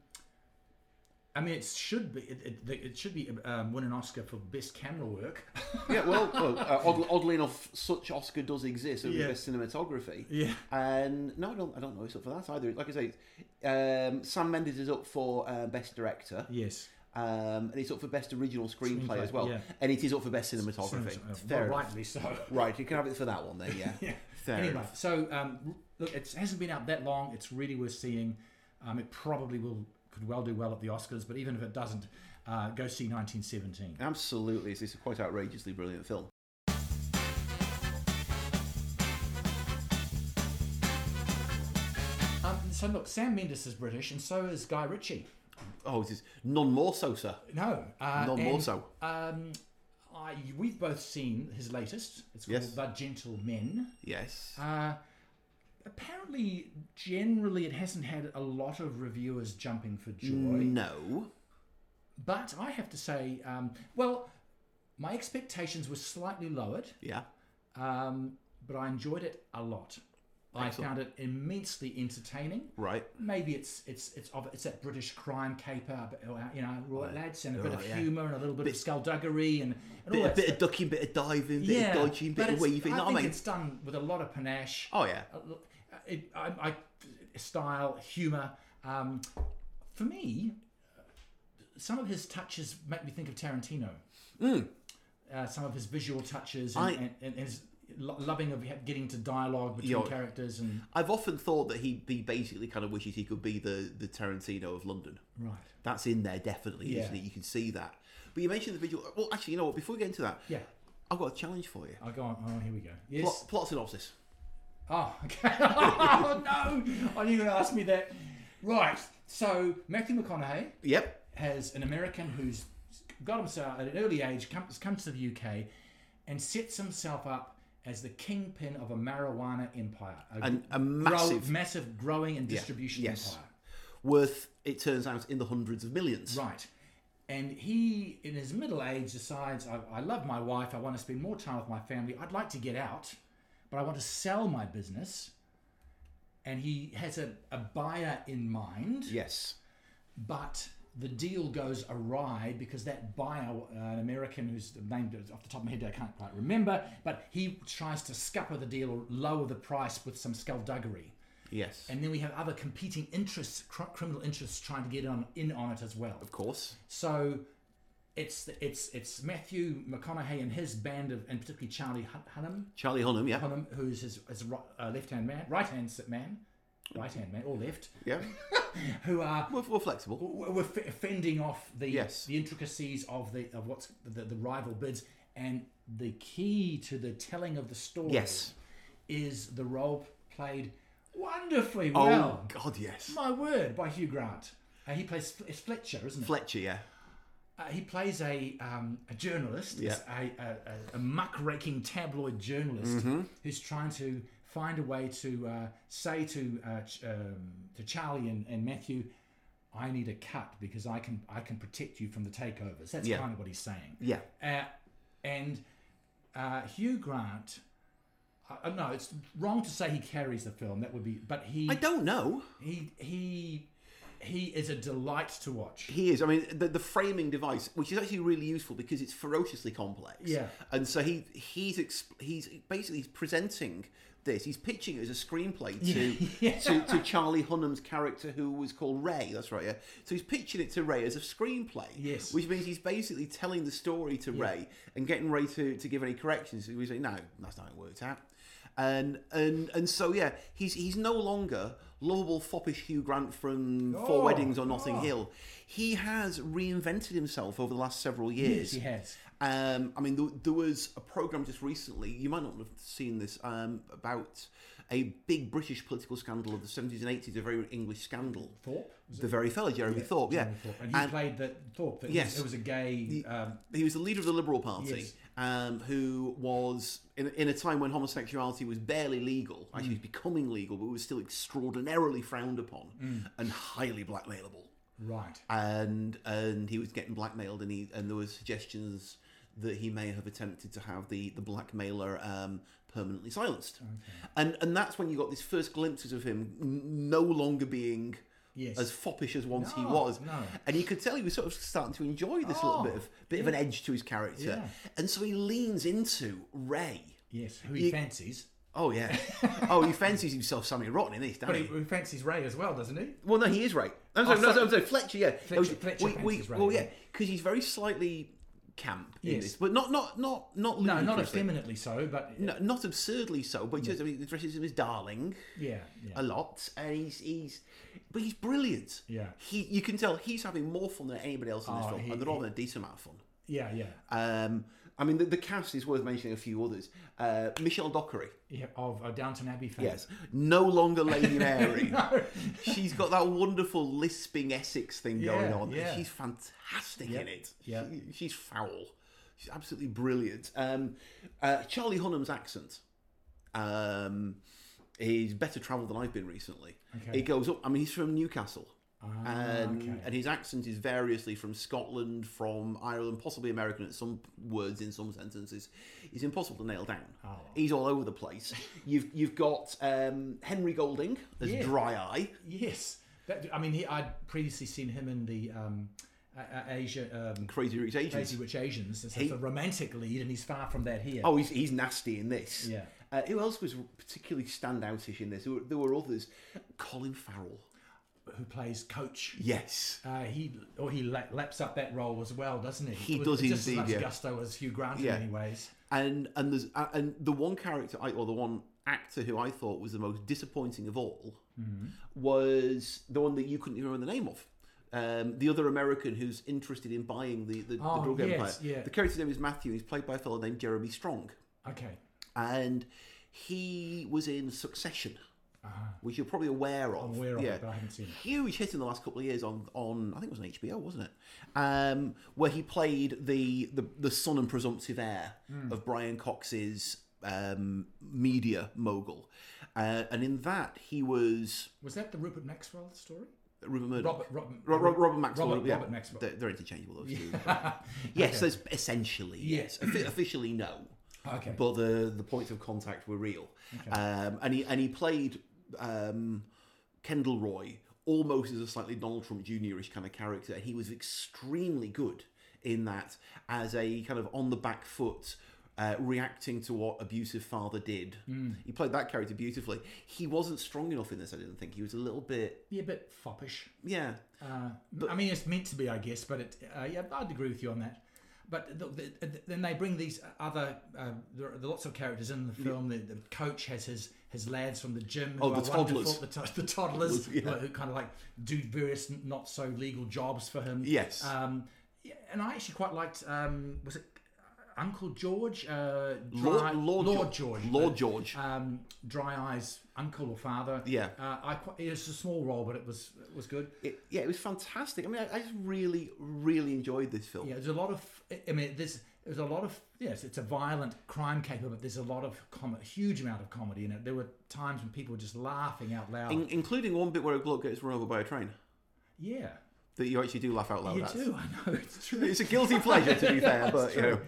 [SPEAKER 2] I mean, it should be it, it, it should be um, win an Oscar for best camera work.
[SPEAKER 1] yeah, well, well uh, oddly, oddly enough, such Oscar does exist. It would be
[SPEAKER 2] Yeah.
[SPEAKER 1] best cinematography.
[SPEAKER 2] Yeah.
[SPEAKER 1] And Um, no, I don't, I don't know it's up for that either. Like I say, um, Sam Mendes is up for uh, best director.
[SPEAKER 2] Yes.
[SPEAKER 1] um, and it's up for best original screenplay,
[SPEAKER 2] Screenplay,
[SPEAKER 1] as well,
[SPEAKER 2] yeah.
[SPEAKER 1] and it is up for best cinematography.
[SPEAKER 2] Well,
[SPEAKER 1] Fair enough.
[SPEAKER 2] uh, rightly so. [LAUGHS]
[SPEAKER 1] Right, you can have it for that one then. Yeah, fair
[SPEAKER 2] anyway,
[SPEAKER 1] enough.
[SPEAKER 2] so um, look, it hasn't been out that long. It's really worth seeing. Um, it probably will could well do well at the Oscars, but even if it doesn't, uh, go see 1917.
[SPEAKER 1] Absolutely, it's, it's a quite outrageously brilliant film. Uh,
[SPEAKER 2] Um, so look, Sam Mendes is British, and so is Guy Ritchie.
[SPEAKER 1] Oh, it is none more so, sir.
[SPEAKER 2] No, uh,
[SPEAKER 1] None more
[SPEAKER 2] and,
[SPEAKER 1] so.
[SPEAKER 2] Um, I, we've both seen his latest. It's called
[SPEAKER 1] Yes.
[SPEAKER 2] The Gentlemen.
[SPEAKER 1] Yes,
[SPEAKER 2] Uh, apparently, generally, it hasn't had a lot of reviewers jumping for joy.
[SPEAKER 1] Mm. no.
[SPEAKER 2] But I have to say, um, well, my expectations were slightly lowered,
[SPEAKER 1] Yeah,
[SPEAKER 2] um, but I enjoyed it a lot. I
[SPEAKER 1] Excellent.
[SPEAKER 2] found it immensely entertaining.
[SPEAKER 1] right.
[SPEAKER 2] Maybe it's it's it's of, it's that British crime caper, but, uh, you know, right, lads, and a bit
[SPEAKER 1] Right,
[SPEAKER 2] of
[SPEAKER 1] Oh, yeah.
[SPEAKER 2] humour and a little bit, of skullduggery and, and
[SPEAKER 1] Bit, a
[SPEAKER 2] all that
[SPEAKER 1] bit
[SPEAKER 2] stuff.
[SPEAKER 1] of ducking, bit of diving, bit of dodging, bit
[SPEAKER 2] but
[SPEAKER 1] of
[SPEAKER 2] it's-
[SPEAKER 1] weaving.
[SPEAKER 2] I
[SPEAKER 1] know what
[SPEAKER 2] think
[SPEAKER 1] I mean,
[SPEAKER 2] it's done with a lot of panache.
[SPEAKER 1] oh yeah,
[SPEAKER 2] Uh, look, uh, it, I, I, style, humour. Um, for me, some of his touches make me think of Tarantino. Uh, some of his visual touches and,
[SPEAKER 1] Hmm. I-
[SPEAKER 2] and, and his lo- loving of getting to dialogue between
[SPEAKER 1] Yo.
[SPEAKER 2] characters and
[SPEAKER 1] I've often thought that he, he basically kind of wishes he could be the the Tarantino of London.
[SPEAKER 2] right.
[SPEAKER 1] That's in there definitely,
[SPEAKER 2] Yeah.
[SPEAKER 1] isn't it? You can see that. But you mentioned the visual. Well, actually, you know what? Before we get into that,
[SPEAKER 2] Yeah,
[SPEAKER 1] I've got a challenge for you.
[SPEAKER 2] I go on. Oh, here we go. Yes.
[SPEAKER 1] Plot, plot synopsis.
[SPEAKER 2] [LAUGHS] Oh, okay. oh no! I knew you were going to ask me that. Right. So Matthew McConaughey
[SPEAKER 1] Yep.
[SPEAKER 2] has an American who's got himself at an early age comes comes to the UK and sets himself up as the kingpin of a marijuana empire, a,
[SPEAKER 1] And a massive-
[SPEAKER 2] massive growing and distribution
[SPEAKER 1] yes.
[SPEAKER 2] empire.
[SPEAKER 1] Worth, it turns out, in the hundreds of millions.
[SPEAKER 2] Right. And he, in his middle age, decides, I, I love my wife. I want to spend more time with my family. I'd like to get out, but I want to sell my business. And he has a, a buyer in mind,
[SPEAKER 1] Yes.
[SPEAKER 2] but the deal goes awry because that buyer, uh, an American who's named off the top of my head, I can't quite remember, but he tries to scupper the deal or lower the price with some skullduggery.
[SPEAKER 1] Yes.
[SPEAKER 2] And then we have other competing interests, cr- criminal interests, trying to get on, in on it as well.
[SPEAKER 1] of course.
[SPEAKER 2] So it's it's it's Matthew McConaughey and his band of, and particularly Charlie Hun- Hunnam,
[SPEAKER 1] Charlie Hunnam,
[SPEAKER 2] [LAUGHS]
[SPEAKER 1] yeah.
[SPEAKER 2] Hunnam who's his, his ri- uh, left-hand man, right-hand s- man, right-hand man or left,
[SPEAKER 1] Yeah.
[SPEAKER 2] who are
[SPEAKER 1] we're, we're flexible.
[SPEAKER 2] w- were f- fending off the
[SPEAKER 1] Yes.
[SPEAKER 2] the intricacies of the of what's the, the rival bids and the key to the telling of the story
[SPEAKER 1] Yes.
[SPEAKER 2] is the role played wonderfully
[SPEAKER 1] Oh,
[SPEAKER 2] well.
[SPEAKER 1] God, yes.
[SPEAKER 2] My word, by Hugh Grant. Uh, he plays Fl- it's Fletcher, isn't it?
[SPEAKER 1] Fletcher, yeah.
[SPEAKER 2] Uh, he plays a, um, a journalist,
[SPEAKER 1] Yeah.
[SPEAKER 2] a, a, a, a muckraking tabloid journalist
[SPEAKER 1] Mm-hmm.
[SPEAKER 2] who's trying to find a way to uh, say to uh, Ch- um, to Charlie and, and Matthew, "I need a cut because I can I can protect you from the takeovers." That's
[SPEAKER 1] Yeah.
[SPEAKER 2] kind of what he's saying.
[SPEAKER 1] Yeah.
[SPEAKER 2] Uh, and uh, Hugh Grant, uh, no, it's wrong to say he carries the film. That would be, but he
[SPEAKER 1] I don't know.
[SPEAKER 2] he he he is a delight to watch.
[SPEAKER 1] He is. I mean, the, the framing device, which is actually really useful because it's ferociously complex.
[SPEAKER 2] Yeah.
[SPEAKER 1] And so he he's exp- he's basically presenting this. He's pitching it as a screenplay to,
[SPEAKER 2] [LAUGHS]
[SPEAKER 1] to to Charlie Hunnam's character, who was called Ray. That's right. Yeah. So he's pitching it to Ray as a screenplay.
[SPEAKER 2] Yes.
[SPEAKER 1] Which means he's basically telling the story to Ray and getting Ray to, to give any corrections. He's like, no, that's not how it worked out. And and and so yeah, he's he's no longer lovable foppish Hugh Grant from Four
[SPEAKER 2] Oh,
[SPEAKER 1] Weddings or Notting
[SPEAKER 2] oh.
[SPEAKER 1] Hill. Hill. He has reinvented himself over the last several years.
[SPEAKER 2] He has.
[SPEAKER 1] Um, I mean, there, there was a program just recently. You might not have seen this um, about a big British political scandal of the seventies and eighties, a very English scandal.
[SPEAKER 2] Thorpe. was it?
[SPEAKER 1] The very fella, Jeremy Thorpe. Yeah,
[SPEAKER 2] Jeremy Thorpe. And he
[SPEAKER 1] And-
[SPEAKER 2] played the Thorpe. That
[SPEAKER 1] Yes.
[SPEAKER 2] yes. It was a gay. Um,
[SPEAKER 1] he was the leader of the Liberal Party,
[SPEAKER 2] Yes.
[SPEAKER 1] um, who was in, in a time when homosexuality was barely legal.
[SPEAKER 2] Mm.
[SPEAKER 1] Actually, it was becoming legal, but it was still extraordinarily frowned upon
[SPEAKER 2] Mm.
[SPEAKER 1] and highly blackmailable.
[SPEAKER 2] right.
[SPEAKER 1] and and he was getting blackmailed and he and there were suggestions that he may have attempted to have the the blackmailer um permanently silenced and and that's when you got these first glimpses of him n- no longer being
[SPEAKER 2] Yes.
[SPEAKER 1] as foppish as once he
[SPEAKER 2] No,
[SPEAKER 1] was
[SPEAKER 2] no.
[SPEAKER 1] and you could tell he was sort of starting to enjoy this little
[SPEAKER 2] Oh,
[SPEAKER 1] bit of bit of an edge to his character
[SPEAKER 2] Yeah.
[SPEAKER 1] and so he leans into ray
[SPEAKER 2] yes. Who he fancies.
[SPEAKER 1] oh yeah oh he fancies himself sammy rotten in
[SPEAKER 2] [LAUGHS]
[SPEAKER 1] this doesn't
[SPEAKER 2] But he,
[SPEAKER 1] he
[SPEAKER 2] he fancies Ray as well, doesn't he?
[SPEAKER 1] well, no, he is right. I'm sorry, no,
[SPEAKER 2] sorry.
[SPEAKER 1] I'm sorry, Fletcher. Yeah,
[SPEAKER 2] Oh, Fletcher- Fletcher
[SPEAKER 1] we, we,
[SPEAKER 2] fancies Ray,
[SPEAKER 1] Well, yeah,
[SPEAKER 2] yeah.
[SPEAKER 1] because he's very slightly camp in
[SPEAKER 2] Yes.
[SPEAKER 1] this, but not not not not
[SPEAKER 2] No, not
[SPEAKER 1] ludicrously.
[SPEAKER 2] effeminately so, but
[SPEAKER 1] No, not absurdly so. But just I mean, he dresses him as darling
[SPEAKER 2] yeah, yeah.
[SPEAKER 1] a lot, and he's he's but he's brilliant.
[SPEAKER 2] Yeah.
[SPEAKER 1] he you can tell he's having more fun than anybody else in this
[SPEAKER 2] Oh,
[SPEAKER 1] film,
[SPEAKER 2] he-
[SPEAKER 1] and they're all having a decent amount of fun.
[SPEAKER 2] yeah, yeah,
[SPEAKER 1] Um, I mean, the, the cast is worth mentioning a few others. Uh, Michelle Dockery,
[SPEAKER 2] yeah. Of a Downton Abbey fan.
[SPEAKER 1] yes, no longer Lady Mary.
[SPEAKER 2] [LAUGHS] No.
[SPEAKER 1] She's got that wonderful lisping Essex thing going
[SPEAKER 2] Yeah,
[SPEAKER 1] on.
[SPEAKER 2] yeah.
[SPEAKER 1] She's fantastic in it.
[SPEAKER 2] yeah.
[SPEAKER 1] She- she's foul. She's absolutely brilliant. Um, uh, Charlie Hunnam's accent um, is better travelled than I've been recently.
[SPEAKER 2] Okay.
[SPEAKER 1] It goes up. I mean, he's from Newcastle.
[SPEAKER 2] Ah,
[SPEAKER 1] And,
[SPEAKER 2] okay.
[SPEAKER 1] and his accent is variously from Scotland, from Ireland, possibly American at some words in some sentences. It's impossible to nail down.
[SPEAKER 2] Oh.
[SPEAKER 1] He's all over the
[SPEAKER 2] [LAUGHS]
[SPEAKER 1] place. You've you've got um, Henry Golding as
[SPEAKER 2] Yeah.
[SPEAKER 1] Dry Eye.
[SPEAKER 2] [LAUGHS] Yes. That, I mean, he, I'd previously seen him in the um, a, a- Asia um,
[SPEAKER 1] Crazy Rich Asians.
[SPEAKER 2] Crazy Rich Asians. It's a romantic lead, and he's far from that here.
[SPEAKER 1] Oh, he's, he's nasty in this.
[SPEAKER 2] Yeah.
[SPEAKER 1] Uh, who else was particularly standoutish in this? There were, there were others. Colin Farrell.
[SPEAKER 2] Who plays Coach?
[SPEAKER 1] Yes.
[SPEAKER 2] Uh, he or he la- laps up that role as well, doesn't he?
[SPEAKER 1] He
[SPEAKER 2] With
[SPEAKER 1] does
[SPEAKER 2] just
[SPEAKER 1] indeed,
[SPEAKER 2] As much
[SPEAKER 1] yeah.
[SPEAKER 2] gusto as Hugh Grant
[SPEAKER 1] Yeah.
[SPEAKER 2] in many ways.
[SPEAKER 1] And and there's uh, and the one character I, or the one actor who I thought was the most disappointing of all
[SPEAKER 2] Mm-hmm.
[SPEAKER 1] was the one that you couldn't even remember the name of. Um, the other American who's interested in buying the, the,
[SPEAKER 2] Oh,
[SPEAKER 1] the drug empire.
[SPEAKER 2] yes, yeah.
[SPEAKER 1] The character's name is Matthew. He's played by a fellow named Jeremy Strong.
[SPEAKER 2] Okay.
[SPEAKER 1] And he was in Succession. which you're probably aware of.
[SPEAKER 2] Uh-huh. aware of it, but I haven't seen it.
[SPEAKER 1] Huge hit in the last couple of years on, on I think it was on HBO, wasn't it? Um, where he played the, the, the son and presumptive heir
[SPEAKER 2] Hmm.
[SPEAKER 1] of Brian Cox's um, media mogul. Uh, and in that, he was
[SPEAKER 2] Was that the Rupert Maxwell story?
[SPEAKER 1] Rupert Murdoch.
[SPEAKER 2] Robert, Robert,
[SPEAKER 1] Ro- Ro- Robert Maxwell.
[SPEAKER 2] Robert,
[SPEAKER 1] yeah.
[SPEAKER 2] Robert Maxwell.
[SPEAKER 1] They're, they're interchangeable, those
[SPEAKER 2] [LAUGHS]
[SPEAKER 1] two. but- yes, that's essentially. Yes. Offi- officially, no.
[SPEAKER 2] Okay.
[SPEAKER 1] But the, the points of contact were real. Um, and, he, and he played um, Kendall Roy almost as a slightly Donald Trump Jr. ish kind of character. He was extremely good in that as a kind of on the back foot. Uh, reacting to what abusive father did,
[SPEAKER 2] Hmm.
[SPEAKER 1] he played that character beautifully. He wasn't strong enough in this. I didn't think he was a little bit,
[SPEAKER 2] yeah, a bit foppish.
[SPEAKER 1] yeah,
[SPEAKER 2] Uh, I mean, it's meant to be, I guess, but it, uh, yeah, I'd agree with you on that. But the, the, then they bring these other, uh, there are lots of characters in the film. The, the coach has his his lads from the gym.
[SPEAKER 1] Oh,
[SPEAKER 2] who
[SPEAKER 1] the
[SPEAKER 2] are wonderful,
[SPEAKER 1] toddlers.
[SPEAKER 2] The, to- the toddlers
[SPEAKER 1] Toddlers, [LAUGHS] yeah.
[SPEAKER 2] who, are- who kind of like do various n- not so legal jobs for him.
[SPEAKER 1] Yes.
[SPEAKER 2] Um, yeah, and I actually quite liked, um, was it Uncle George? Uh, Dry-
[SPEAKER 1] Lord, Lord,
[SPEAKER 2] Lord
[SPEAKER 1] George.
[SPEAKER 2] George.
[SPEAKER 1] Lord George.
[SPEAKER 2] um, Dry Eyes uncle or father.
[SPEAKER 1] Yeah.
[SPEAKER 2] Uh, I quite, it was a small role, but it was it was good.
[SPEAKER 1] It- yeah, it was fantastic. I mean, I, I just really, really enjoyed this film.
[SPEAKER 2] Yeah, there's a lot of. I mean, there's there's a lot of. Yes, it's a violent crime caper, but there's a lot of com- a huge amount of comedy in it. There were times when people were just laughing out loud.
[SPEAKER 1] In- including one bit where a bloke gets run over by a train.
[SPEAKER 2] yeah,
[SPEAKER 1] That you actually do laugh out loud
[SPEAKER 2] you
[SPEAKER 1] at.
[SPEAKER 2] do. I know it's true.
[SPEAKER 1] Oh, [LAUGHS] It's a guilty pleasure, to
[SPEAKER 2] [LAUGHS]
[SPEAKER 1] be fair, but you know.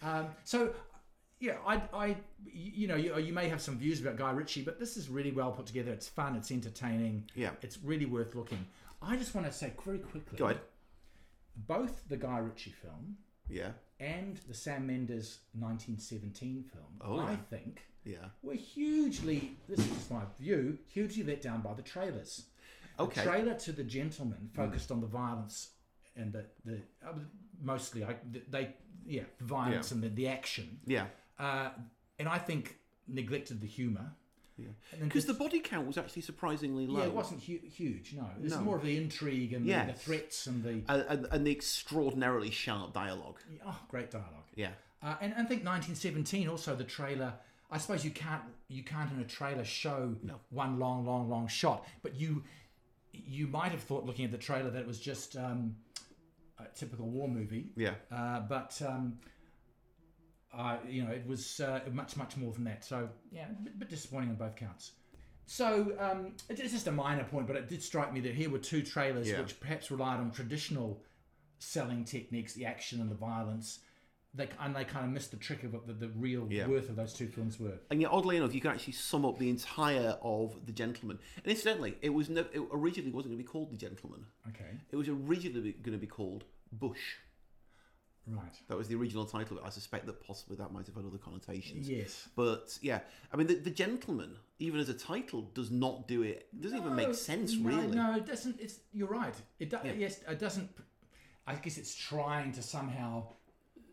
[SPEAKER 2] Um, so, yeah, I, I, you know, you, you may have some views about Guy Ritchie, but this is really well put together. It's fun. It's entertaining.
[SPEAKER 1] Yeah.
[SPEAKER 2] it's really worth looking. I just want to say very quickly.
[SPEAKER 1] Go ahead.
[SPEAKER 2] Both the Guy Ritchie film
[SPEAKER 1] Yeah,
[SPEAKER 2] and the Sam Mendes 1917 film,
[SPEAKER 1] Oh,
[SPEAKER 2] I
[SPEAKER 1] yeah.
[SPEAKER 2] think,
[SPEAKER 1] yeah.
[SPEAKER 2] were hugely, this is my view, hugely let down by the trailers.
[SPEAKER 1] Okay. Mm.
[SPEAKER 2] The trailer to The Gentleman focused on the violence and the, the uh, mostly, I, they, yeah, the violence
[SPEAKER 1] Yeah.
[SPEAKER 2] and the, the action.
[SPEAKER 1] Yeah.
[SPEAKER 2] Uh, and I think neglected the humour. Yeah.
[SPEAKER 1] Because the body count was actually surprisingly low.
[SPEAKER 2] yeah, it wasn't hu- huge, no. It's
[SPEAKER 1] No.
[SPEAKER 2] more of the intrigue and the, the
[SPEAKER 1] Yes.
[SPEAKER 2] threats and the,
[SPEAKER 1] And, and, and the extraordinarily sharp dialogue.
[SPEAKER 2] oh, great dialogue.
[SPEAKER 1] Yeah.
[SPEAKER 2] Uh, and, and I think 1917 also the trailer. I suppose you can't you can't in a trailer show one long long long shot, but you you might have thought looking at the trailer that it was just um, a typical war movie.
[SPEAKER 1] Yeah.
[SPEAKER 2] Uh, but um, I you know it was uh, much much more than that. So yeah, a bit, bit disappointing on both counts. So um, it- it's just a minor point, but it did strike me that here were two trailers
[SPEAKER 1] Yeah.
[SPEAKER 2] which perhaps relied on traditional selling techniques, the action and the violence. They, and they kind of missed the trick of what the, the real
[SPEAKER 1] Yeah.
[SPEAKER 2] worth of those two films were.
[SPEAKER 1] And yet, oddly enough, you can actually sum up the entire of The Gentleman. And incidentally, it was no, it originally wasn't going to be called The Gentleman.
[SPEAKER 2] Okay,
[SPEAKER 1] It was originally going to be called Bush.
[SPEAKER 2] right.
[SPEAKER 1] That was the original title of it. I suspect that possibly that might have had other connotations.
[SPEAKER 2] Yes.
[SPEAKER 1] But yeah, I mean, the, the gentleman, even as a title, does not do it. Doesn't even
[SPEAKER 2] No,
[SPEAKER 1] make sense,
[SPEAKER 2] no,
[SPEAKER 1] really.
[SPEAKER 2] No, it doesn't. It's you're right. It do, yes, it doesn't. I guess it's trying to somehow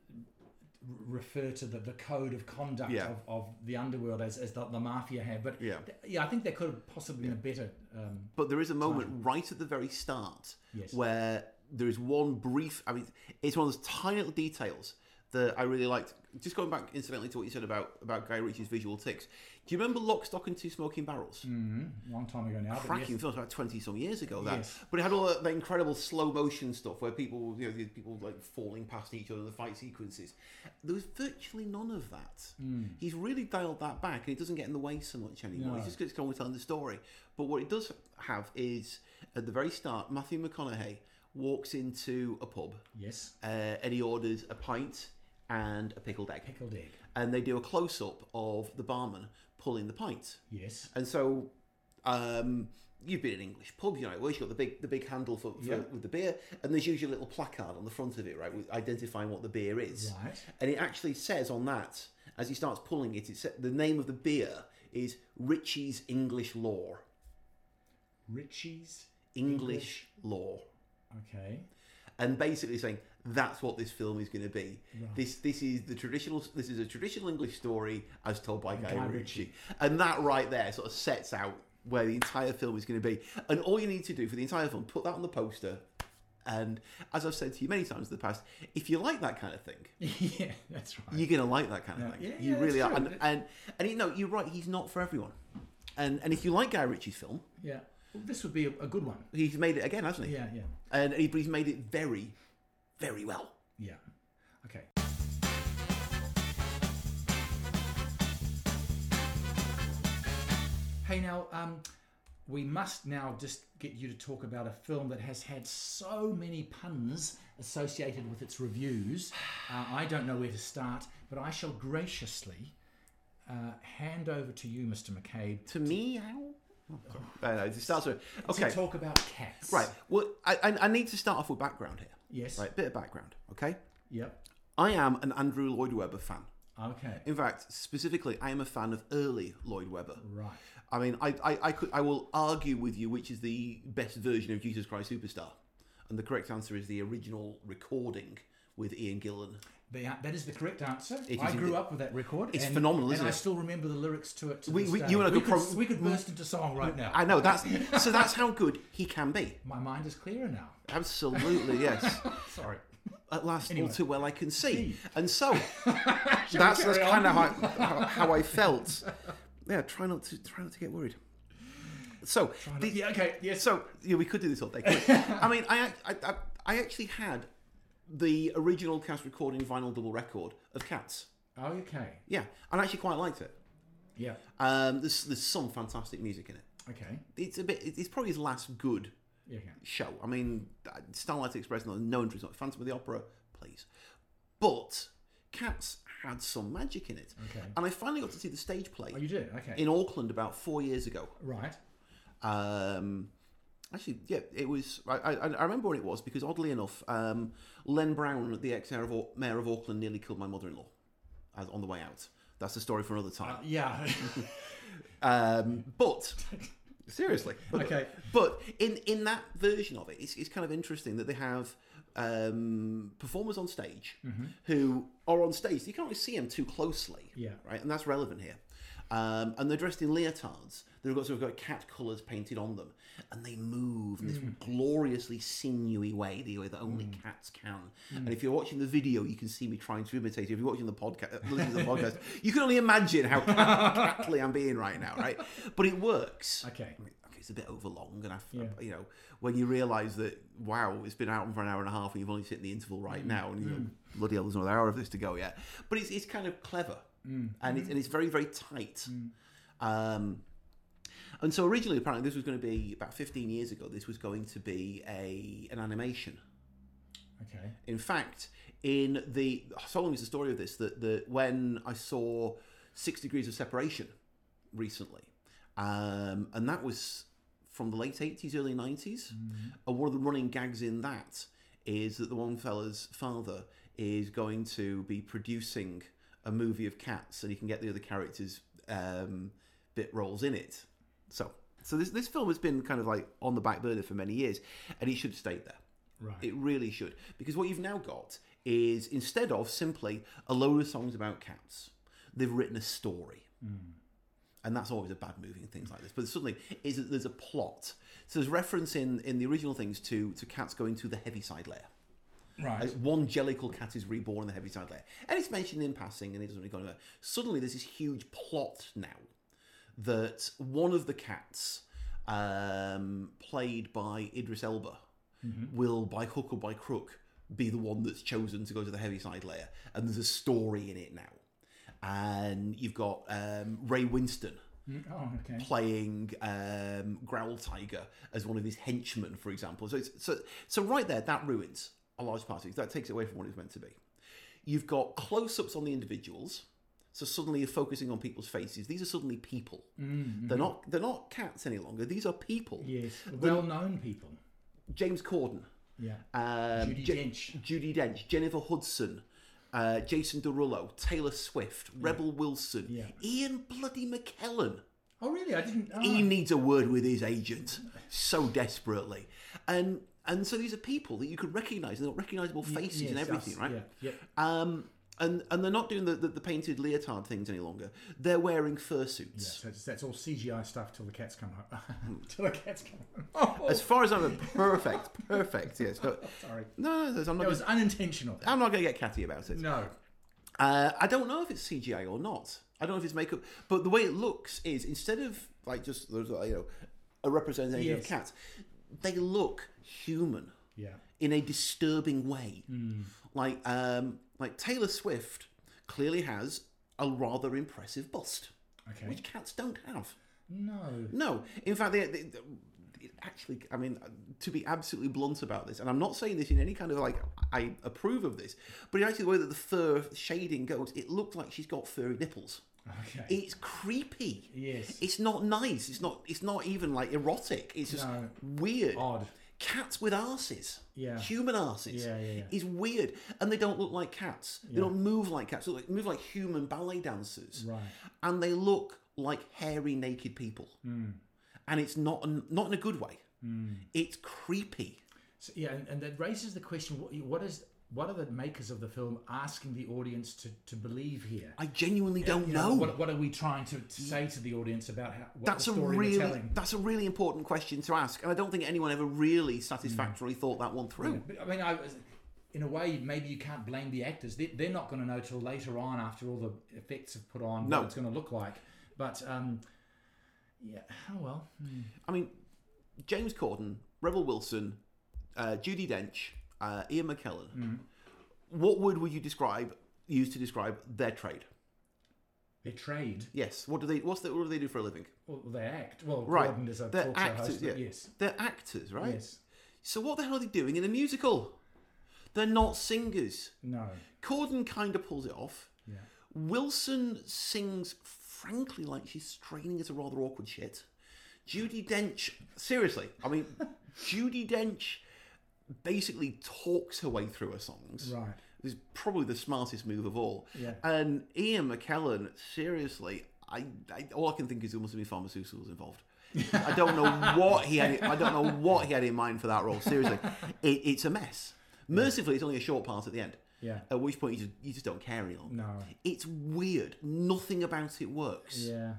[SPEAKER 2] r- refer to the, the code of conduct
[SPEAKER 1] Yeah.
[SPEAKER 2] of, of the underworld as, as the, the mafia had, but
[SPEAKER 1] Yeah.
[SPEAKER 2] th- yeah, I think there could have possibly been a better. Um,
[SPEAKER 1] But there is a moment right at the very start
[SPEAKER 2] Yes.
[SPEAKER 1] where there is one brief. I mean, it's one of those tiny little details that I really liked. Just going back, incidentally, to what you said about about Guy Ritchie's visual tics. Do you remember Lock, Stock, and Two Smoking Barrels?
[SPEAKER 2] long time ago now. But
[SPEAKER 1] cracking
[SPEAKER 2] yes,
[SPEAKER 1] films about twenty some years ago. That,
[SPEAKER 2] Yes.
[SPEAKER 1] but it had all that, that incredible slow motion stuff where people, you know, these people like falling past each other, the fight sequences. There was virtually none of that.
[SPEAKER 2] Hmm.
[SPEAKER 1] He's really dialed that back, and it doesn't get in the way so much anymore. He's just gets on with telling the story. But what it does have is at the very start, Matthew McConaughey walks into a pub,
[SPEAKER 2] yes,
[SPEAKER 1] uh, and he orders a pint and a pickled egg,
[SPEAKER 2] pickled egg.
[SPEAKER 1] and they do a close up of the barman pulling the pint.
[SPEAKER 2] Yes,
[SPEAKER 1] And so, um, you've been in English pub, you know, where you've got the big the big handle for, for
[SPEAKER 2] Yeah.
[SPEAKER 1] with the beer, and there's usually a little placard on the front of it, right, with identifying what the beer is.
[SPEAKER 2] Right.
[SPEAKER 1] And it actually says on that, as he starts pulling it, it sa- the name of the beer is Ritchie's English Law.
[SPEAKER 2] Richie's.
[SPEAKER 1] English Law.
[SPEAKER 2] Okay. [LAUGHS]
[SPEAKER 1] And basically saying that's what this film is going to be. This this is the traditional this is a traditional English story as told by Guy,
[SPEAKER 2] Guy
[SPEAKER 1] Ritchie. And that right there sort of sets out where the entire film is going to be. And all you need to do for the entire film, put that on the poster. And as I've said to you many times in the past, if you like that kind of thing,
[SPEAKER 2] yeah, that's right.
[SPEAKER 1] you're going to like that kind of
[SPEAKER 2] Yeah.
[SPEAKER 1] thing.
[SPEAKER 2] Yeah,
[SPEAKER 1] you
[SPEAKER 2] yeah,
[SPEAKER 1] really
[SPEAKER 2] that's
[SPEAKER 1] are.
[SPEAKER 2] true.
[SPEAKER 1] And, and, and you know, you're right, he's not for everyone. And and if you like Guy Ritchie's film,
[SPEAKER 2] Yeah. Well, this would be a, a good one.
[SPEAKER 1] he's made it again, hasn't he?
[SPEAKER 2] Yeah, yeah,
[SPEAKER 1] And he, but he's made it very, very well.
[SPEAKER 2] yeah. Okay. Hey, now, um, we must now just get you to talk about a film that has had so many puns associated with its reviews. [SIGHS] Uh, I don't know where to start, but I shall graciously uh, hand over to you, Mr. McCabe,
[SPEAKER 1] To me, how? Oh, sorry. Uh, no, it starts with
[SPEAKER 2] to
[SPEAKER 1] okay.
[SPEAKER 2] talk about cats.
[SPEAKER 1] Right. Well, I, I I need to start off with background here.
[SPEAKER 2] Yes.
[SPEAKER 1] Right. Bit of background. Okay.
[SPEAKER 2] Yep.
[SPEAKER 1] I am an Andrew Lloyd Webber fan.
[SPEAKER 2] Okay.
[SPEAKER 1] In fact, specifically, I am a fan of early Lloyd Webber.
[SPEAKER 2] Right.
[SPEAKER 1] I mean, I, I, I could I will argue with you which is the best version of Jesus Christ Superstar, and the correct answer is the original recording with Ian Gillan.
[SPEAKER 2] The, that is the correct answer.
[SPEAKER 1] It
[SPEAKER 2] I
[SPEAKER 1] is
[SPEAKER 2] grew
[SPEAKER 1] indeed.
[SPEAKER 2] up with that record.
[SPEAKER 1] It's
[SPEAKER 2] and,
[SPEAKER 1] phenomenal, isn't
[SPEAKER 2] and I
[SPEAKER 1] it?
[SPEAKER 2] still remember the lyrics to it. To
[SPEAKER 1] We-
[SPEAKER 2] this
[SPEAKER 1] we-
[SPEAKER 2] day.
[SPEAKER 1] you and I
[SPEAKER 2] we
[SPEAKER 1] could
[SPEAKER 2] could,
[SPEAKER 1] prob-
[SPEAKER 2] we could burst into song right now.
[SPEAKER 1] I know that's so that's how good he can be.
[SPEAKER 2] My mind is clearer now.
[SPEAKER 1] Absolutely yes. [LAUGHS]
[SPEAKER 2] Sorry.
[SPEAKER 1] At last,
[SPEAKER 2] Anyway.
[SPEAKER 1] all too well I can see,
[SPEAKER 2] See.
[SPEAKER 1] and
[SPEAKER 2] [LAUGHS]
[SPEAKER 1] so that's that's
[SPEAKER 2] carry on?
[SPEAKER 1] kind of how, I- how, how I felt. Yeah, try not to try not to get worried. So the,
[SPEAKER 2] yeah. Okay. Yes.
[SPEAKER 1] So yeah, we could do this
[SPEAKER 2] [LAUGHS]
[SPEAKER 1] all day. couldn't we? I mean, I, act- I I I actually had the original cast recording vinyl double record of Cats.
[SPEAKER 2] oh, okay.
[SPEAKER 1] Yeah, and I actually quite liked it.
[SPEAKER 2] Yeah.
[SPEAKER 1] Um, there's there's some fantastic music in it.
[SPEAKER 2] Okay.
[SPEAKER 1] It's a bit. It's probably his last good
[SPEAKER 2] Yeah. yeah.
[SPEAKER 1] show. I mean, Starlight Express, no, no interest. Not Phantom of the Opera, please. But Cats had some magic in it,
[SPEAKER 2] Okay.
[SPEAKER 1] and I finally got to see the stage play
[SPEAKER 2] Oh, you did. Okay.
[SPEAKER 1] in Auckland about four years ago.
[SPEAKER 2] right.
[SPEAKER 1] Um, actually, yeah, it was. I, I, I remember when it was because oddly enough, um, Len Brown, the ex mayor of Auckland, nearly killed my mother in law as on the way out. That's a story for another
[SPEAKER 2] Uh,
[SPEAKER 1] time.
[SPEAKER 2] yeah. [LAUGHS]
[SPEAKER 1] Um, but seriously,
[SPEAKER 2] Okay.
[SPEAKER 1] But in in that version of it, it's, it's kind of interesting that they have um, performers on stage who are on stage. You can't really see them too closely,
[SPEAKER 2] Yeah.
[SPEAKER 1] right? And that's relevant here. Um, and they're dressed in leotards. They've got sort of got cat colours painted on them, and they move in this gloriously sinewy way, the way that only cats can. And if you're watching the video, you can see me trying to imitate. it. If you're watching the podcast, listening to the podcast, you can only imagine how cat- catly I'm being right now, right? But it works.
[SPEAKER 2] okay.
[SPEAKER 1] I mean, okay, it's a bit overlong, and I, f-
[SPEAKER 2] Yeah.
[SPEAKER 1] you know, when you realise that wow, it's been out for an hour and a half, and you've only seen the interval right now, and you go, bloody hell, there's another hour of this to go yet. But it's it's kind of clever, and it's and it's very very tight. Um, and so originally, apparently, this was going to be about 15 years ago. This was going to be a an animation.
[SPEAKER 2] Okay.
[SPEAKER 1] In fact, in the so long is the story of this that the when I saw Six Degrees of Separation recently, um, and that was from the late eighties, early 90s And one of the running gags in that is that the one fella's father is going to be producing a movie of cats, and he can get the other characters' um, bit roles in it. So, so this this film has been kind of like on the back burner for many years, and it should have stayed there.
[SPEAKER 2] Right.
[SPEAKER 1] It really should. Because what you've now got is instead of simply a load of songs about cats, they've written a story. And that's always a bad movie in things like this. But suddenly is that there's a plot. So there's reference in, in the original things to, to cats going to the heaviside layer.
[SPEAKER 2] right.
[SPEAKER 1] Like, one jellicle cat is reborn in the heaviside layer. And it's mentioned in passing and it doesn't really go anywhere. Suddenly there's this huge plot now that one of the cats, um, played by Idris Elba, will, by hook or by crook, be the one that's chosen to go to the heaviside layer. And there's a story in it now. And you've got um, Ray Winston
[SPEAKER 2] Mm, oh, okay.
[SPEAKER 1] playing um, Growl Tiger as one of his henchmen, for example. So, it's, so, so right there, that ruins a large part of it. That takes it away from what it's meant to be. You've got close-ups on the individuals, so suddenly you're focusing on people's faces. These are suddenly people.
[SPEAKER 2] Mm-hmm.
[SPEAKER 1] They're not they're not cats any longer. These are people.
[SPEAKER 2] Yes. Well-known people.
[SPEAKER 1] James Corden,
[SPEAKER 2] Yeah.
[SPEAKER 1] um,
[SPEAKER 2] Judy
[SPEAKER 1] Je-
[SPEAKER 2] Dench.
[SPEAKER 1] Judi Dench, Jennifer Hudson. Uh, Jason Derulo, Taylor Swift, Rebel Wilson,
[SPEAKER 2] Yeah.
[SPEAKER 1] Ian bloody McKellen.
[SPEAKER 2] Oh, really? I didn't. Oh,
[SPEAKER 1] he needs a word with his agent so desperately and and so these are people that you could recognize they've got recognizable faces
[SPEAKER 2] ah, yes,
[SPEAKER 1] and everything
[SPEAKER 2] us,
[SPEAKER 1] right
[SPEAKER 2] Yeah. yeah.
[SPEAKER 1] um and and they're not doing the, the, the painted leotard things any longer they're wearing
[SPEAKER 2] Yeah,
[SPEAKER 1] fursuits
[SPEAKER 2] so that's, that's all CGI stuff till the cats come
[SPEAKER 1] Hmm.
[SPEAKER 2] home. [LAUGHS] till the cats come home. [LAUGHS] Oh,
[SPEAKER 1] as far as i'm aware, perfect perfect
[SPEAKER 2] [LAUGHS]
[SPEAKER 1] yes no
[SPEAKER 2] sorry.
[SPEAKER 1] no, no, i'm not
[SPEAKER 2] That was unintentional.
[SPEAKER 1] i'm not going to get catty about it
[SPEAKER 2] No.
[SPEAKER 1] Uh, I don't know if it's CGI or not. I don't know if it's makeup, but the way it looks is instead of like just there's uh, you know a representation of
[SPEAKER 2] Yes.
[SPEAKER 1] cats. They look human
[SPEAKER 2] Yeah.
[SPEAKER 1] in a disturbing way.
[SPEAKER 2] Hmm.
[SPEAKER 1] Like um, like Taylor Swift clearly has a rather impressive bust,
[SPEAKER 2] Okay.
[SPEAKER 1] which cats don't have.
[SPEAKER 2] No.
[SPEAKER 1] No, in fact, they, they, they- actually, I mean, to be absolutely blunt about this, and I'm not saying this in any kind of like I approve of this, but in actually the way that the fur shading goes, it looks like she's got furry nipples.
[SPEAKER 2] Okay.
[SPEAKER 1] It's creepy.
[SPEAKER 2] Yes.
[SPEAKER 1] It's not nice. It's not. It's not even like erotic. It's just
[SPEAKER 2] No. Oh,
[SPEAKER 1] weird.
[SPEAKER 2] Odd.
[SPEAKER 1] Cats with arses.
[SPEAKER 2] Yeah.
[SPEAKER 1] Human arses.
[SPEAKER 2] Yeah, yeah, yeah.
[SPEAKER 1] Is weird, and they don't look like cats. They don't move like cats. They look like- move like human ballet dancers
[SPEAKER 2] Right.
[SPEAKER 1] and they look like hairy naked people
[SPEAKER 2] Hmm.
[SPEAKER 1] and it's not not in a good way it's creepy
[SPEAKER 2] So, yeah, and, and that raises the question: what, what is what are the makers of the film asking the audience to, to believe here?
[SPEAKER 1] i genuinely don't
[SPEAKER 2] You
[SPEAKER 1] know,
[SPEAKER 2] What, what are we trying to, to say to the audience about how, what
[SPEAKER 1] that's
[SPEAKER 2] the
[SPEAKER 1] a
[SPEAKER 2] story
[SPEAKER 1] really
[SPEAKER 2] we're telling?
[SPEAKER 1] that's a really important question to ask and i don't think anyone ever really satisfactorily thought that one through
[SPEAKER 2] But, I mean, I was, in a way, maybe you can't blame the actors. They, they're not going to know till later on, after all the effects have put on,
[SPEAKER 1] No.
[SPEAKER 2] what it's going to look like. But um, yeah, oh well,
[SPEAKER 1] i mean james corden rebel wilson uh, judy dench uh, ian mckellen
[SPEAKER 2] Mm.
[SPEAKER 1] what word would you describe use to describe their trade
[SPEAKER 2] their trade,
[SPEAKER 1] yes what do they what's the, what do they do for a living
[SPEAKER 2] well, they act. Well,
[SPEAKER 1] right
[SPEAKER 2] Gordon is a
[SPEAKER 1] they're
[SPEAKER 2] talk show
[SPEAKER 1] actors
[SPEAKER 2] host,
[SPEAKER 1] yeah.
[SPEAKER 2] but yes,
[SPEAKER 1] they're actors right
[SPEAKER 2] yes,
[SPEAKER 1] So what the hell are they doing in a musical? They're not singers.
[SPEAKER 2] no,
[SPEAKER 1] Corden kind of pulls it off.
[SPEAKER 2] yeah,
[SPEAKER 1] Wilson sings, frankly, like she's straining at a rather awkward shit. Judy Dench, seriously, I mean, Judy Dench basically talks her way through her songs.
[SPEAKER 2] right,
[SPEAKER 1] It was probably the smartest move of all.
[SPEAKER 2] Yeah.
[SPEAKER 1] And Ian McKellen, seriously, I, I all I can think is there must have been pharmaceuticals
[SPEAKER 2] [LAUGHS]
[SPEAKER 1] involved. I don't know what he had. I don't know what he had in mind for that role.
[SPEAKER 2] [LAUGHS]
[SPEAKER 1] Seriously, it, it's a mess. Mercifully, it's only a short part at the end.
[SPEAKER 2] yeah,
[SPEAKER 1] At which point you just, you just don't care any longer.
[SPEAKER 2] no,
[SPEAKER 1] It's weird. Nothing about it works.
[SPEAKER 2] yeah,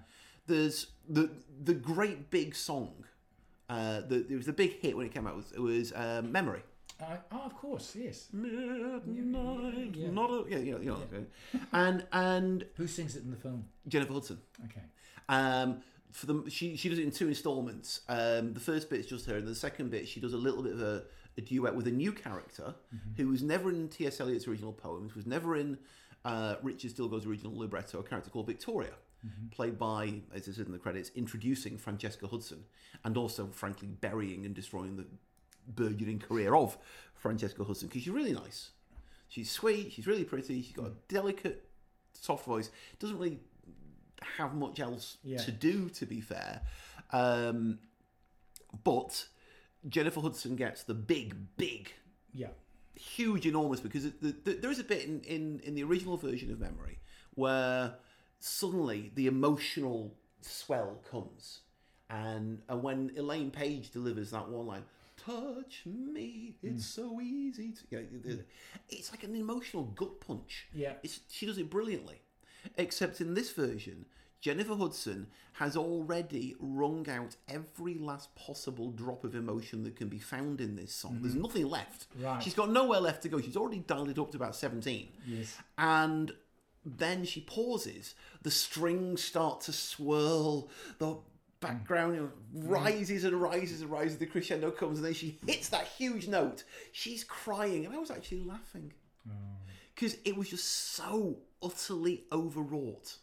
[SPEAKER 1] There's the the great big song. Uh, the, it was the big hit when it came out. Was, was uh, Memory.
[SPEAKER 2] I, oh, of course, yes.
[SPEAKER 1] Midnight,
[SPEAKER 2] Yeah.
[SPEAKER 1] not a yeah, you know, you know, and and
[SPEAKER 2] Who sings it in the film?
[SPEAKER 1] Jennifer Hudson.
[SPEAKER 2] Okay.
[SPEAKER 1] Um, for the she she does it in two installments. Um, the first bit's just her, and the second bit she does a little bit of a, a duet with a new character who was never in T. S. Eliot's original poems, was never in uh, Richard Stilgoe's original libretto. A character called Victoria, played by as it says in the credits, introducing Francesca Hudson, and also frankly burying and destroying the burgeoning career of Francesca Hudson because she's really nice. She's sweet. She's really pretty. She's got a delicate, soft voice. Doesn't really have much else
[SPEAKER 2] Yeah.
[SPEAKER 1] to do, to be fair. Um, but Jennifer Hudson gets the big, big,
[SPEAKER 2] Yeah.
[SPEAKER 1] huge, enormous because it, the, the, there is a bit in, in in the original version of Memory where suddenly the emotional swell comes, and and when Elaine Page delivers that one line. Touch me, it's
[SPEAKER 2] Hmm.
[SPEAKER 1] so easy. To, you know, the- the- it's like an emotional gut punch.
[SPEAKER 2] Yeah.
[SPEAKER 1] It's, she does it brilliantly. Except in this version, Jennifer Hudson has already wrung out every last possible drop of emotion that can be found in this song. There's nothing left.
[SPEAKER 2] Mm-hmm. Right.
[SPEAKER 1] She's got nowhere left to go. She's already dialed it up to about 17.
[SPEAKER 2] Yes.
[SPEAKER 1] And then she pauses. The strings start to swirl. The background you know, rises and rises and rises. The crescendo comes, and then she hits that huge note. She's crying, and I was actually laughing because it was just so utterly overwrought.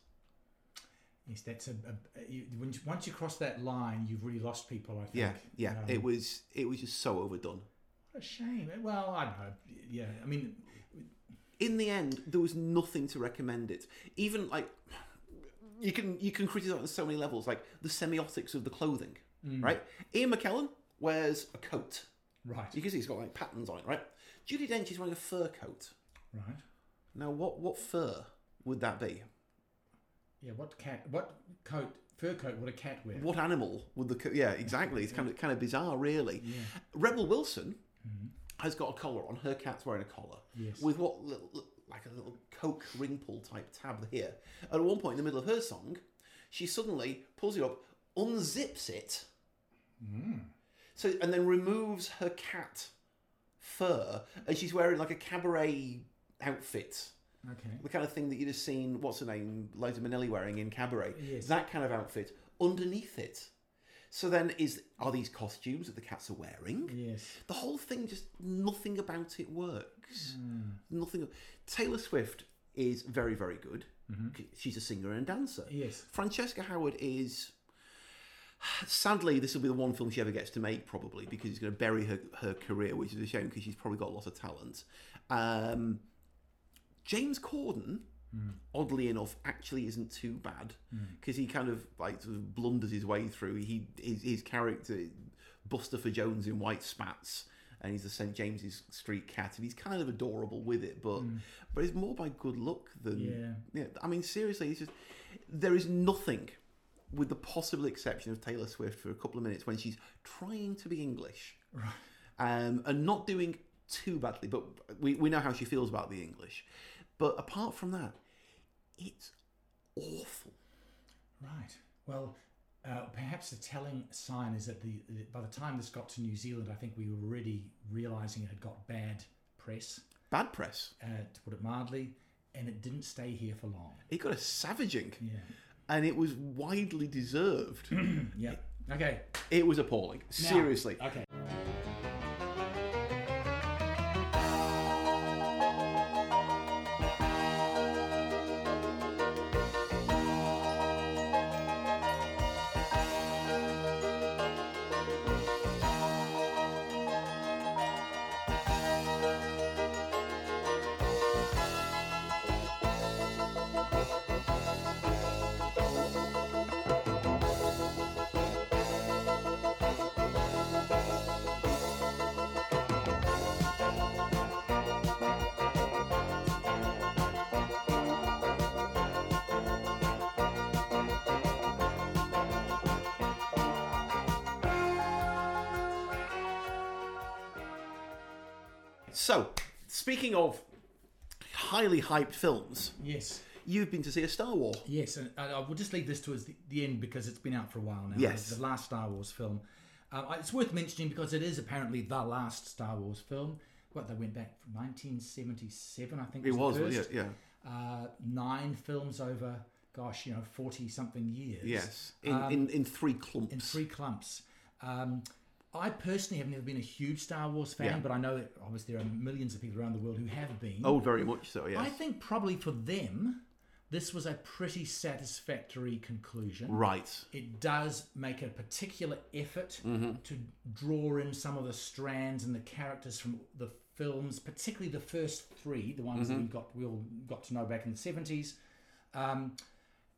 [SPEAKER 2] Yes, that's a. a you, when you, once you cross that line, you've really lost people. I think.
[SPEAKER 1] Yeah, yeah.
[SPEAKER 2] Um,
[SPEAKER 1] It was it was just so overdone.
[SPEAKER 2] what a shame. Well, I don't know. Yeah, I mean,
[SPEAKER 1] in the end, there was nothing to recommend it. Even like you can you can criticize on so many levels, like the semiotics of the clothing, right? Ian McKellen wears a coat.
[SPEAKER 2] right,
[SPEAKER 1] You can see it's got like patterns on it, right? Judy Dench is wearing a fur coat.
[SPEAKER 2] right.
[SPEAKER 1] Now, what what fur would that be?
[SPEAKER 2] Yeah, what cat? What coat? Fur coat? Would a cat wear?
[SPEAKER 1] What animal would the co- yeah exactly? It's kind of kind of bizarre, really. Rebel Wilson has got a collar on. Her cat's wearing a collar
[SPEAKER 2] Yes.
[SPEAKER 1] with what little, like a little Coke ring pull type tab here. At one point in the middle of her song, she suddenly pulls it up, unzips it, so and then removes her cat fur, and she's wearing like a cabaret outfit
[SPEAKER 2] Okay.
[SPEAKER 1] the kind of thing that you'd have seen what's her name Liza Minnelli wearing in Cabaret.
[SPEAKER 2] Yes.
[SPEAKER 1] That kind of outfit underneath it. So then, is are these costumes that the cats are wearing?
[SPEAKER 2] Yes.
[SPEAKER 1] The whole thing, just nothing about it works. Nothing. Taylor Swift is very, very good. She's a singer and dancer.
[SPEAKER 2] Yes.
[SPEAKER 1] Francesca Howard is. Sadly, this will be the one film she ever gets to make, probably, because it's going to bury her, her career, which is a shame because she's probably got a lot of talent. Um, James Corden, oddly enough, actually isn't too bad because he kind of like sort of blunders his way through. He his, his character, Buster for Jones in white spats, and he's the St James's Street cat, and he's kind of adorable with it, but but it's more by good luck than
[SPEAKER 2] Yeah.
[SPEAKER 1] yeah, I mean, seriously, it's just there is nothing, with the possible exception of Taylor Swift for a couple of minutes when she's trying to be English, right. um, and not doing too badly. But we we know how she feels about the English. But apart from that, it's awful.
[SPEAKER 2] Right. Well, uh, perhaps the telling sign is that the, the by the time this got to New Zealand, I think we were already realizing it had got bad press,
[SPEAKER 1] Bad press.
[SPEAKER 2] uh, to put it mildly, and it didn't stay here for long.
[SPEAKER 1] [CLEARS THROAT] It got a savaging,
[SPEAKER 2] Yeah.
[SPEAKER 1] and it was widely
[SPEAKER 2] [CLEARS THROAT]
[SPEAKER 1] deserved.
[SPEAKER 2] Yeah. Okay.
[SPEAKER 1] it was appalling.
[SPEAKER 2] now-
[SPEAKER 1] Seriously.
[SPEAKER 2] Okay.
[SPEAKER 1] So, speaking of highly hyped films,
[SPEAKER 2] Yes.
[SPEAKER 1] you've been to see a Star Wars.
[SPEAKER 2] Yes, and I, I will just leave this towards the, the end because it's been out for a while now.
[SPEAKER 1] Yes.
[SPEAKER 2] the, the last Star Wars film. Um, I- it's worth mentioning because it is apparently the last Star Wars film. What they went back from 1977, I think.
[SPEAKER 1] It was,
[SPEAKER 2] the
[SPEAKER 1] yeah,
[SPEAKER 2] first.
[SPEAKER 1] yeah.
[SPEAKER 2] Uh, nine films over, gosh, you know, 40 something years.
[SPEAKER 1] Yes, in, in, in three clumps.
[SPEAKER 2] Um, In three clumps. Um, I personally have never been a huge Star Wars fan,
[SPEAKER 1] Yeah.
[SPEAKER 2] but I know that obviously there are millions of people around the world who have been.
[SPEAKER 1] Oh, very much so. Yes.
[SPEAKER 2] I think probably for them, this was a pretty satisfactory conclusion.
[SPEAKER 1] right.
[SPEAKER 2] It does make a particular effort
[SPEAKER 1] Mm-hmm.
[SPEAKER 2] to draw in some of the strands and the characters from the films, particularly the first three, the ones
[SPEAKER 1] Mm-hmm.
[SPEAKER 2] that we got we all got to know back in the seventies. Um,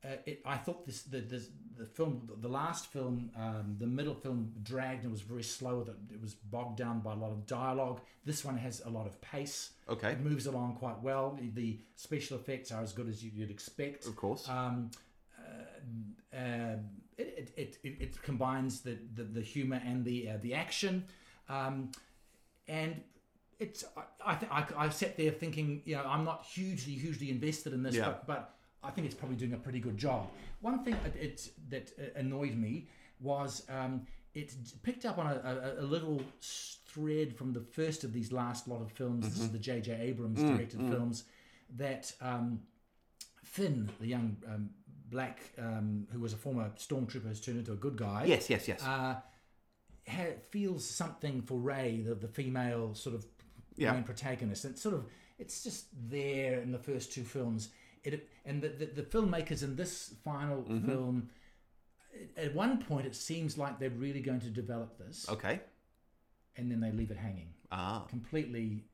[SPEAKER 2] uh, it, I thought this the, the the film the last film um, the middle film dragged and was very slow. That it was bogged down by a lot of dialogue. This one has a lot of pace.
[SPEAKER 1] Okay.
[SPEAKER 2] it moves along quite well. The special effects are as good as you- you'd expect.
[SPEAKER 1] Of course.
[SPEAKER 2] Um, uh, uh, it, it, it, it combines the, the, the humor and the uh, the action, um, and it's I, I, th- I I sat there thinking you know I'm not hugely hugely invested in this,
[SPEAKER 1] Yeah.
[SPEAKER 2] but, but I think it's probably doing a pretty good job. One thing that it, that uh, annoyed me was um, it picked up on a, a, a little s- thread from the first of these last lot of films. This is the J.J. Abrams directed films that. Um, Finn, the young um, black um, who was a former stormtrooper, has turned into a good guy.
[SPEAKER 1] yes. Yes.
[SPEAKER 2] uh,
[SPEAKER 1] Yes.
[SPEAKER 2] ha- feels something for Ray, the, the female sort of
[SPEAKER 1] Yeah.
[SPEAKER 2] main protagonist. And it's sort of it's just there in the first two films. It and the the, the filmmakers in this final
[SPEAKER 1] Mm-hmm.
[SPEAKER 2] film. At one point, it seems like they're really going to develop this,
[SPEAKER 1] okay.
[SPEAKER 2] and then they leave it hanging
[SPEAKER 1] Ah.
[SPEAKER 2] completely.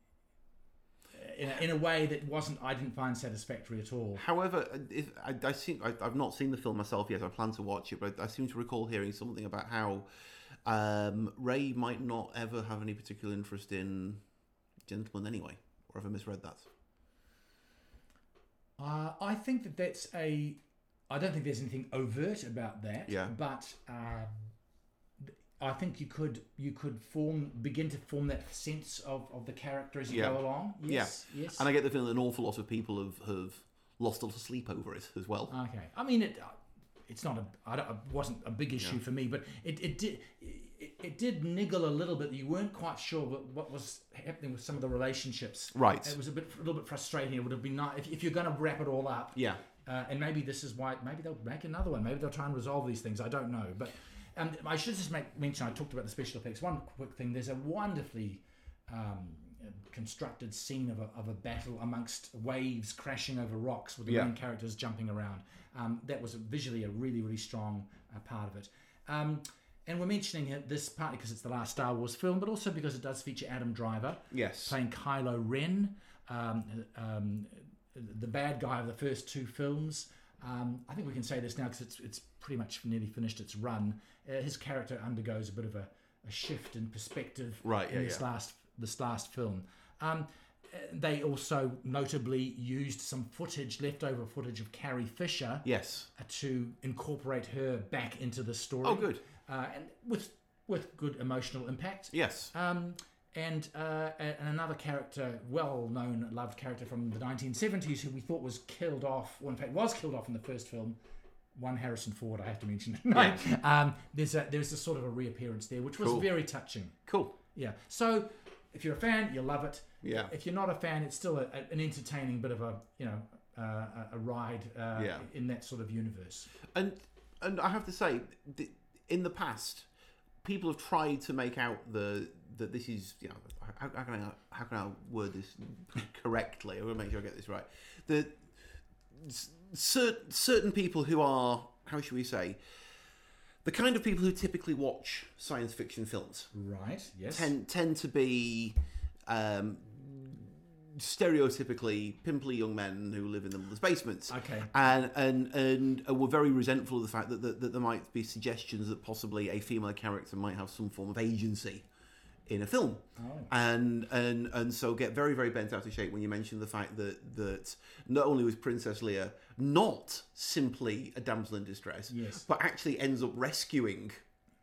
[SPEAKER 2] uh, In a, in a way that wasn't, I didn't find satisfactory at all.
[SPEAKER 1] However, if, I, I seem I, I've not seen the film myself yet. I plan to watch it, but I seem to recall hearing something about how um, Ray might not ever have any particular interest in gentlemen anyway. Or have I misread that?
[SPEAKER 2] Uh, I think that that's a. I don't think there's anything overt about that.
[SPEAKER 1] Yeah.
[SPEAKER 2] But um, I think you could you could form begin to form that sense of, of the character as you
[SPEAKER 1] Yeah.
[SPEAKER 2] go along. Yes.
[SPEAKER 1] yeah.
[SPEAKER 2] Yes.
[SPEAKER 1] And I get the feeling an awful lot of people have, have lost a lot of sleep over it as well.
[SPEAKER 2] okay. I mean it. uh, It's not a. I don't, it wasn't a big issue for me, but it it did. It, it did niggle a little bit. You weren't quite sure what, what was happening with some of the relationships.
[SPEAKER 1] Right.
[SPEAKER 2] It was a bit a little bit frustrating. It would have been nice if, if you're going to wrap it all up.
[SPEAKER 1] yeah.
[SPEAKER 2] Uh, and maybe this is why. Maybe they'll make another one. Maybe they'll try and resolve these things. I don't know. But um, I should just make mention. I talked about the special effects. One quick thing. There's a wonderfully um, constructed scene of a, of a battle amongst waves crashing over rocks with the
[SPEAKER 1] Yeah.
[SPEAKER 2] main characters jumping around. Um, that was visually a really, really strong uh, part of it. Um, and we're mentioning it- this partly because it's the last Star Wars film, but also because it does feature Adam Driver
[SPEAKER 1] Yes.
[SPEAKER 2] playing Kylo Ren, um, um, the bad guy of the first two films. Um, I think we can say this now because it's it's pretty much nearly finished its run. Uh, his character undergoes a bit of a, a shift in perspective
[SPEAKER 1] Right,
[SPEAKER 2] in
[SPEAKER 1] yeah,
[SPEAKER 2] this
[SPEAKER 1] yeah.
[SPEAKER 2] last this last film. Um, uh, they also notably used some footage, leftover footage of Carrie Fisher,
[SPEAKER 1] Yes.
[SPEAKER 2] uh, to incorporate her back into the story.
[SPEAKER 1] Oh, good.
[SPEAKER 2] Uh, and with with good emotional impact.
[SPEAKER 1] Yes.
[SPEAKER 2] Um, and, uh, and another character, well known, loved character from the 1970s, who we thought was killed off, well, in fact, was killed off in the first film. One Harrison Ford, I have to mention. [LAUGHS] um, there's a there's a sort of a reappearance there, which was
[SPEAKER 1] Cool.
[SPEAKER 2] very touching.
[SPEAKER 1] cool.
[SPEAKER 2] Yeah. So if you're a fan, you'll love it.
[SPEAKER 1] Yeah.
[SPEAKER 2] If you're not a fan, it's still a, a- an entertaining bit of a you know uh, a- a ride uh,
[SPEAKER 1] Yeah.
[SPEAKER 2] in that sort of universe.
[SPEAKER 1] And and I have to say, th- in the past, people have tried to make out the that this is you know how, how can I how can I word this correctly? I'm gonna make sure I get this right. The cer- certain people who are how should we say the kind of people who typically watch science fiction films
[SPEAKER 2] Right. Yes.
[SPEAKER 1] tend tend to be um, stereotypically pimply young men who live in the mother's basements.
[SPEAKER 2] Okay.
[SPEAKER 1] And and and were very resentful of the fact that, that that there might be suggestions that possibly a female character might have some form of agency in a film.
[SPEAKER 2] Oh.
[SPEAKER 1] And and and so get very very bent out of shape when you mention the fact that that not only was Princess Leia not simply a damsel in distress,
[SPEAKER 2] Yes.
[SPEAKER 1] but actually ends up rescuing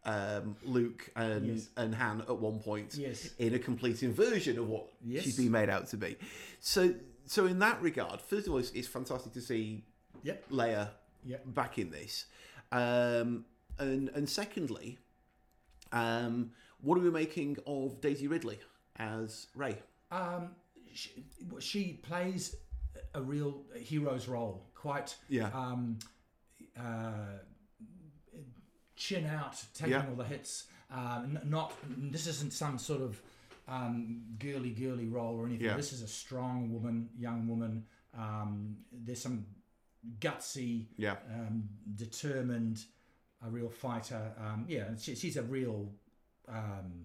[SPEAKER 1] um, Luke and and Han at one point
[SPEAKER 2] Yes.
[SPEAKER 1] in a complete inversion of what
[SPEAKER 2] Yes.
[SPEAKER 1] she's been made out to be. So so in that regard, first of all, it's, it's fantastic to see
[SPEAKER 2] Yep.
[SPEAKER 1] Leia
[SPEAKER 2] Yep.
[SPEAKER 1] back in this, um, and and secondly, um, what are we making of Daisy Ridley as Ray?
[SPEAKER 2] um, she, she plays a real hero's role, quite
[SPEAKER 1] Yeah.
[SPEAKER 2] um, uh, chin out, taking
[SPEAKER 1] Yeah.
[SPEAKER 2] all the hits. Uh, n- not this isn't some sort of um, girly girly role or anything.
[SPEAKER 1] Yeah.
[SPEAKER 2] This is a strong woman, young woman. Um, there's some gutsy,
[SPEAKER 1] Yeah.
[SPEAKER 2] um, determined, a real fighter. Um, yeah, and she, she's a real. Um,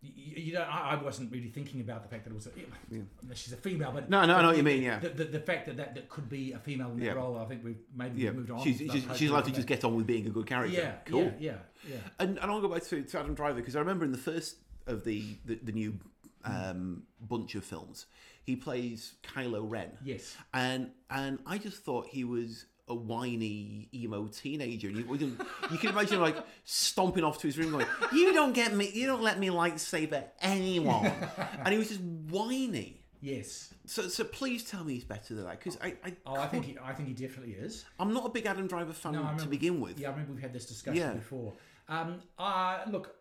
[SPEAKER 2] you, you know, I, I wasn't really thinking about the fact that it was a, she's a female, but
[SPEAKER 1] No, no, I know what you mean. Yeah,
[SPEAKER 2] the, the, the fact that, that that could be a female in the
[SPEAKER 1] Yeah.
[SPEAKER 2] role, I think we've maybe
[SPEAKER 1] yeah.
[SPEAKER 2] we've moved on.
[SPEAKER 1] She's
[SPEAKER 2] from
[SPEAKER 1] she's,
[SPEAKER 2] that
[SPEAKER 1] she's allowed to
[SPEAKER 2] idea.
[SPEAKER 1] just get on with being a good character.
[SPEAKER 2] yeah,
[SPEAKER 1] cool.
[SPEAKER 2] yeah, yeah, yeah.
[SPEAKER 1] And, and I'll go back to, to Adam Driver because I remember in the first of the the, the new
[SPEAKER 2] Hmm.
[SPEAKER 1] um, bunch of films, he plays Kylo Ren.
[SPEAKER 2] Yes.
[SPEAKER 1] And and I just thought he was a whiny emo teenager, and you, you can- you can imagine him, like stomping off to his room, going, "You don't get me. You don't let me lightsaber anyone." and he was just whiny.
[SPEAKER 2] Yes.
[SPEAKER 1] So so please tell me he's better than that because I, I
[SPEAKER 2] Oh, I think he, I think he definitely is.
[SPEAKER 1] I'm not a big Adam Driver fan
[SPEAKER 2] I
[SPEAKER 1] to
[SPEAKER 2] remember-
[SPEAKER 1] begin with.
[SPEAKER 2] Yeah, I remember we've had this discussion
[SPEAKER 1] Yeah.
[SPEAKER 2] before. Um, uh, look,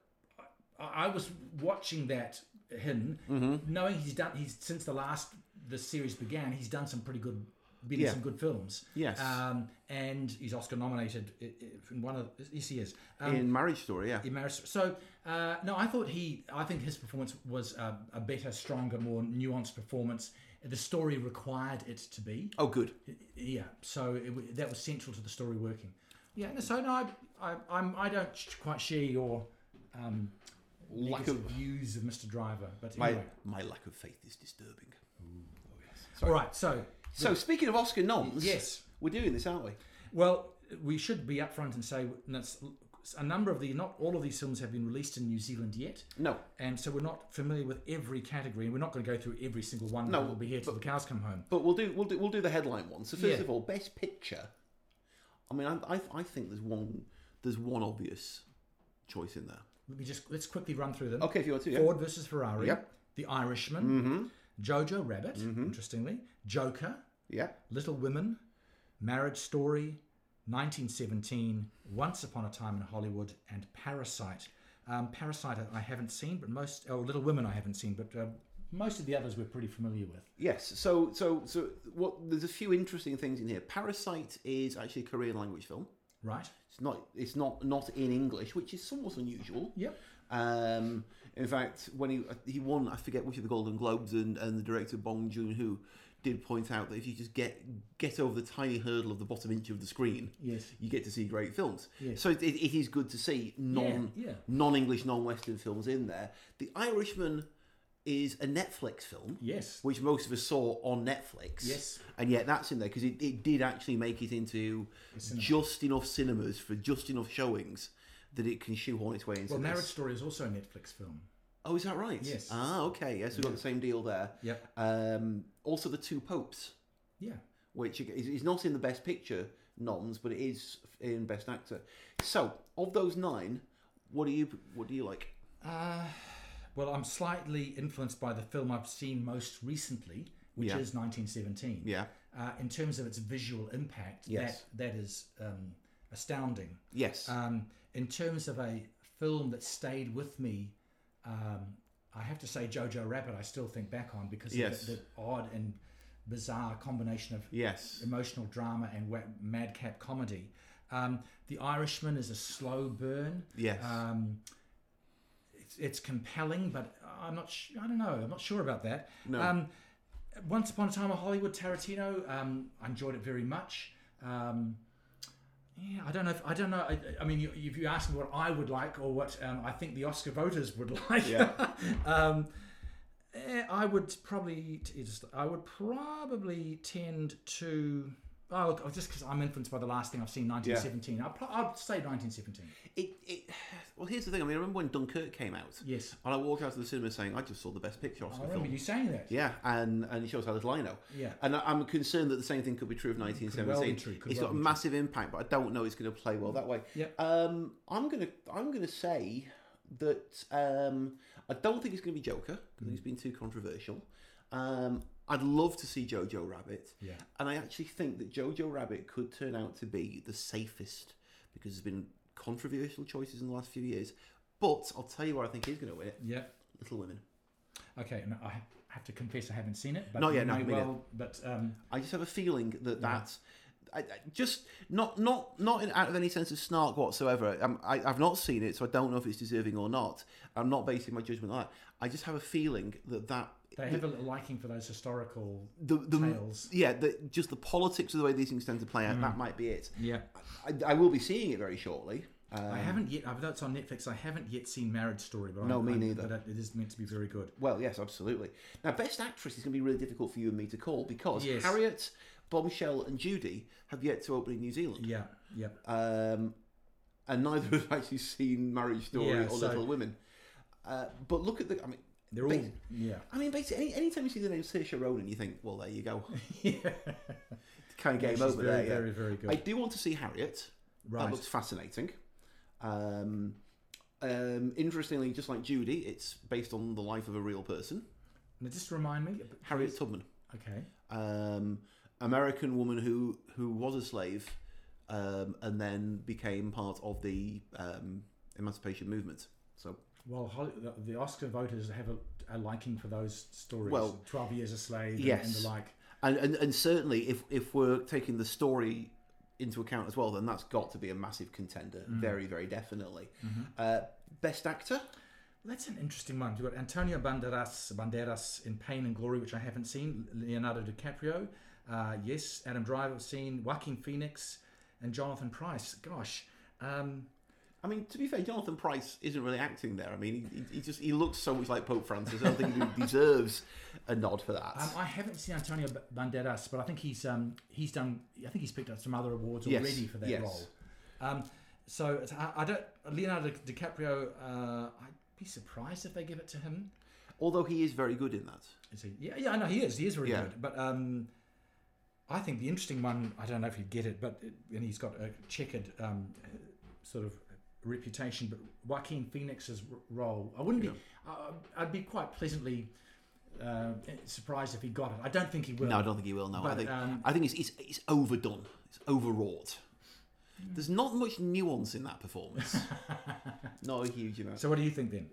[SPEAKER 2] I, I was watching that him,
[SPEAKER 1] Mm-hmm.
[SPEAKER 2] knowing he's done. He's since the last the series began, he's done some pretty good, been in
[SPEAKER 1] Yeah.
[SPEAKER 2] some good films.
[SPEAKER 1] Yes.
[SPEAKER 2] um, and he's Oscar nominated i- i- in one of. Yes, he is. Um,
[SPEAKER 1] In Marriage Story, yeah,
[SPEAKER 2] in Maris. So uh, no, I thought he. I think his performance was uh, a better, stronger, more nuanced performance. The story required it to be.
[SPEAKER 1] oh good,
[SPEAKER 2] Yeah. So it, w- that was central to the story working. Yeah. no, So no, I, I, I'm, I don't sh- quite share your um,
[SPEAKER 1] lack
[SPEAKER 2] negative
[SPEAKER 1] of
[SPEAKER 2] views of Mr. Driver, but
[SPEAKER 1] my,
[SPEAKER 2] anyway.
[SPEAKER 1] my lack of faith is disturbing.
[SPEAKER 2] All right. So
[SPEAKER 1] So speaking of Oscar noms,
[SPEAKER 2] yes.
[SPEAKER 1] we're doing this, aren't we?
[SPEAKER 2] Well, we should be upfront and say that's a number of the not all of these films have been released in New Zealand yet.
[SPEAKER 1] No,
[SPEAKER 2] And so we're not familiar with every category, and we're not going to go through every single one.
[SPEAKER 1] No,
[SPEAKER 2] we'll be here till the cows come home.
[SPEAKER 1] But we'll do we'll do we'll do the headline one. So first
[SPEAKER 2] Yeah.
[SPEAKER 1] of all, best picture. I mean, I, I I think there's one there's one obvious choice in there.
[SPEAKER 2] Let me just let's quickly run through them.
[SPEAKER 1] Okay, if you want to, yeah.
[SPEAKER 2] Ford versus Ferrari.
[SPEAKER 1] Yep. Mm-hmm.
[SPEAKER 2] The Irishman. Jojo Rabbit. Interestingly, Joker.
[SPEAKER 1] Yeah,
[SPEAKER 2] Little Women. Marriage Story. 1917. Once Upon a Time in Hollywood. And Parasite. Um, Parasite, I- I haven't seen, but most. Oh, Little Women, I haven't seen, but uh, Most of the others we're pretty familiar with.
[SPEAKER 1] Yes. So so so what? There's a few interesting things in here. Parasite is actually a Korean language film.
[SPEAKER 2] Right.
[SPEAKER 1] It's not. It's not not in English, which is somewhat unusual.
[SPEAKER 2] Yep.
[SPEAKER 1] Um, in fact, when he he won, I forget which of the Golden Globes, and, and the director Bong Joon Ho did point out that if you just get get over the tiny hurdle of the bottom inch of the screen,
[SPEAKER 2] Yes.
[SPEAKER 1] you get to see great films.
[SPEAKER 2] Yes.
[SPEAKER 1] So it, it is good to see non
[SPEAKER 2] Yeah, yeah.
[SPEAKER 1] non English non Western films in there. The Irishman is a Netflix film
[SPEAKER 2] Yes.
[SPEAKER 1] which most of us saw on Netflix.
[SPEAKER 2] Yes.
[SPEAKER 1] And yet that's in there because it, it did actually make it into just enough cinemas for just enough showings that it can shoehorn its way into
[SPEAKER 2] Well,
[SPEAKER 1] this.
[SPEAKER 2] Marriage Story is also a Netflix film.
[SPEAKER 1] Oh, is that right?
[SPEAKER 2] Yes.
[SPEAKER 1] Ah, okay. Yes, we've got the same deal there.
[SPEAKER 2] Yep.
[SPEAKER 1] Um, also, The Two Popes,
[SPEAKER 2] Yeah.
[SPEAKER 1] which is, is not in the Best Picture noms, but it is in Best Actor. So, of those nine, what do you what do you like?
[SPEAKER 2] Uh, well, I'm slightly influenced by the film I've seen most recently, which
[SPEAKER 1] Yeah.
[SPEAKER 2] is 1917.
[SPEAKER 1] Yeah.
[SPEAKER 2] Uh, in terms of its visual impact,
[SPEAKER 1] Yes.
[SPEAKER 2] that that is um, astounding.
[SPEAKER 1] Yes.
[SPEAKER 2] Um, in terms of a film that stayed with me, um, I have to say Jojo Rabbit. I still think back on because
[SPEAKER 1] Yes.
[SPEAKER 2] of the, the odd and bizarre combination of
[SPEAKER 1] yes.
[SPEAKER 2] emotional drama and wa- madcap comedy. Um, the Irishman is a slow burn.
[SPEAKER 1] Yes.
[SPEAKER 2] Um, it's, it's compelling, but I'm not. Sh- I don't know. I'm not sure about that.
[SPEAKER 1] No.
[SPEAKER 2] Um, Once upon a time in Hollywood, Tarantino. Um, I enjoyed it very much. Um, yeah, I don't know. If, I don't know. I, I mean, you, if you ask me what I would like or what um, I think the Oscar voters would [LAUGHS] like,
[SPEAKER 1] Yeah.
[SPEAKER 2] um, eh, I would probably. t- Just, I would probably tend to. Oh, look, just because I'm influenced by the last thing I've seen, 1917. I'd, pro- I'd say 1917.
[SPEAKER 1] It, it, well, here's the thing. I mean, I remember when Dunkirk came out.
[SPEAKER 2] Yes.
[SPEAKER 1] And I walked out of the cinema saying, I just saw the best picture
[SPEAKER 2] I
[SPEAKER 1] Oscar
[SPEAKER 2] remember
[SPEAKER 1] film.
[SPEAKER 2] you saying that.
[SPEAKER 1] Yeah, and, and it shows how little I know.
[SPEAKER 2] Yeah.
[SPEAKER 1] And I- I'm concerned that the same thing could be true of
[SPEAKER 2] well be
[SPEAKER 1] 1917.
[SPEAKER 2] true, could
[SPEAKER 1] It's
[SPEAKER 2] well
[SPEAKER 1] got a
[SPEAKER 2] be true.
[SPEAKER 1] massive impact, but I don't know it's going to play well that way.
[SPEAKER 2] Yep.
[SPEAKER 1] Um, I'm gonna I'm gonna say that um, I don't think it's going to be Joker. 'cause I think it's
[SPEAKER 2] Mm.
[SPEAKER 1] been too controversial. Um, I'd love to see Jojo Rabbit.
[SPEAKER 2] Yeah.
[SPEAKER 1] And I actually think that Jojo Rabbit could turn out to be the safest because there's been controversial choices in the last few years. But I'll tell you what I think is going to win it:
[SPEAKER 2] Yeah.
[SPEAKER 1] Little Women.
[SPEAKER 2] Okay, and I have to confess I haven't seen it. But
[SPEAKER 1] Not yet,
[SPEAKER 2] you
[SPEAKER 1] no,
[SPEAKER 2] may
[SPEAKER 1] me neither.
[SPEAKER 2] well, but um,
[SPEAKER 1] I just have a feeling that that. I, I just not not not in, out of any sense of snark whatsoever. Um, I, I've not seen it, so I don't know if it's deserving or not. I'm not basing my judgment on that. I just have a feeling that that
[SPEAKER 2] they have a little liking for those historical
[SPEAKER 1] the, the
[SPEAKER 2] tales. Mm.
[SPEAKER 1] yeah, the, just the politics of the way these things tend to play out. That might be it.
[SPEAKER 2] Yeah.
[SPEAKER 1] I, I will be seeing it very shortly. Uh,
[SPEAKER 2] I haven't yet, although it's on Netflix, I haven't yet seen Marriage Story. But
[SPEAKER 1] No,
[SPEAKER 2] I'm,
[SPEAKER 1] me
[SPEAKER 2] I'm-
[SPEAKER 1] neither.
[SPEAKER 2] But it is meant to be very good.
[SPEAKER 1] well, yes, absolutely. Now, best actress is going to be really difficult for you and me to call because
[SPEAKER 2] Yes.
[SPEAKER 1] Harriet, Bombshell, and Judy have yet to open in New Zealand.
[SPEAKER 2] Yeah, yeah.
[SPEAKER 1] um, and neither [LAUGHS] have actually seen Marriage Story
[SPEAKER 2] Yeah,
[SPEAKER 1] or
[SPEAKER 2] so-
[SPEAKER 1] Little Women. Uh, but look at the, I mean,
[SPEAKER 2] They're all,
[SPEAKER 1] basi-
[SPEAKER 2] yeah.
[SPEAKER 1] I mean, basically, any, anytime you see the name Saoirse Ronan, you think, well, there you
[SPEAKER 2] [LAUGHS]
[SPEAKER 1] go, kind of game
[SPEAKER 2] She's
[SPEAKER 1] over
[SPEAKER 2] very,
[SPEAKER 1] there. yeah.
[SPEAKER 2] very, very good.
[SPEAKER 1] I do want to see Harriet.
[SPEAKER 2] Right.
[SPEAKER 1] That looks fascinating. Um, um, interestingly, just like Judy, it's based on the life of a real person,
[SPEAKER 2] now, just remind me.
[SPEAKER 1] Harriet Tubman,
[SPEAKER 2] Okay.
[SPEAKER 1] um, American woman who who was a slave um, and then became part of the um, emancipation movement. So
[SPEAKER 2] Well, Holly, the, the Oscar voters have a, a liking for those stories.
[SPEAKER 1] Well,
[SPEAKER 2] 12 Years a Slave and, and
[SPEAKER 1] yes.
[SPEAKER 2] the like.
[SPEAKER 1] And, and and certainly, if if we're taking the story into account as well, then that's got to be a massive contender, very very definitely. Uh, best actor,
[SPEAKER 2] That's an interesting one. You've got Antonio Banderas, Banderas in Pain and Glory, which I haven't seen. Leonardo DiCaprio, uh, yes. Adam Driver, I've seen. Joaquin Phoenix and Jonathan Price. Gosh. Um,
[SPEAKER 1] I mean, to be fair, Jonathan Price isn't really acting there. I mean, he- he, he just he looks so much like Pope Francis. I don't think he deserves a nod for that.
[SPEAKER 2] um, I haven't seen Antonio B- Banderas, but I think he's um, he's done. I think he's picked up some other awards
[SPEAKER 1] Yes,
[SPEAKER 2] already for that
[SPEAKER 1] yes.
[SPEAKER 2] role. Um, so it's, I, I don't. Leonardo DiCaprio. Uh, I'd be surprised if they give it to him.
[SPEAKER 1] Although he is very good in that.
[SPEAKER 2] Is he? Yeah, yeah, I know he is. He is very
[SPEAKER 1] Yeah.
[SPEAKER 2] good. But um, I think the interesting one, I don't know if you'd get it, but uh, and he's got a checkered um, uh, sort of reputation. But Joaquin Phoenix's r- role, I wouldn't be. I, I'd be quite pleasantly uh, surprised if he got it. I don't think he will.
[SPEAKER 1] No, I don't think he will. No, I
[SPEAKER 2] But,
[SPEAKER 1] think
[SPEAKER 2] um,
[SPEAKER 1] I think it's, it's it's overdone. It's overwrought. There's not much nuance in that
[SPEAKER 2] [LAUGHS]
[SPEAKER 1] performance. not a huge amount.
[SPEAKER 2] So what do you think then?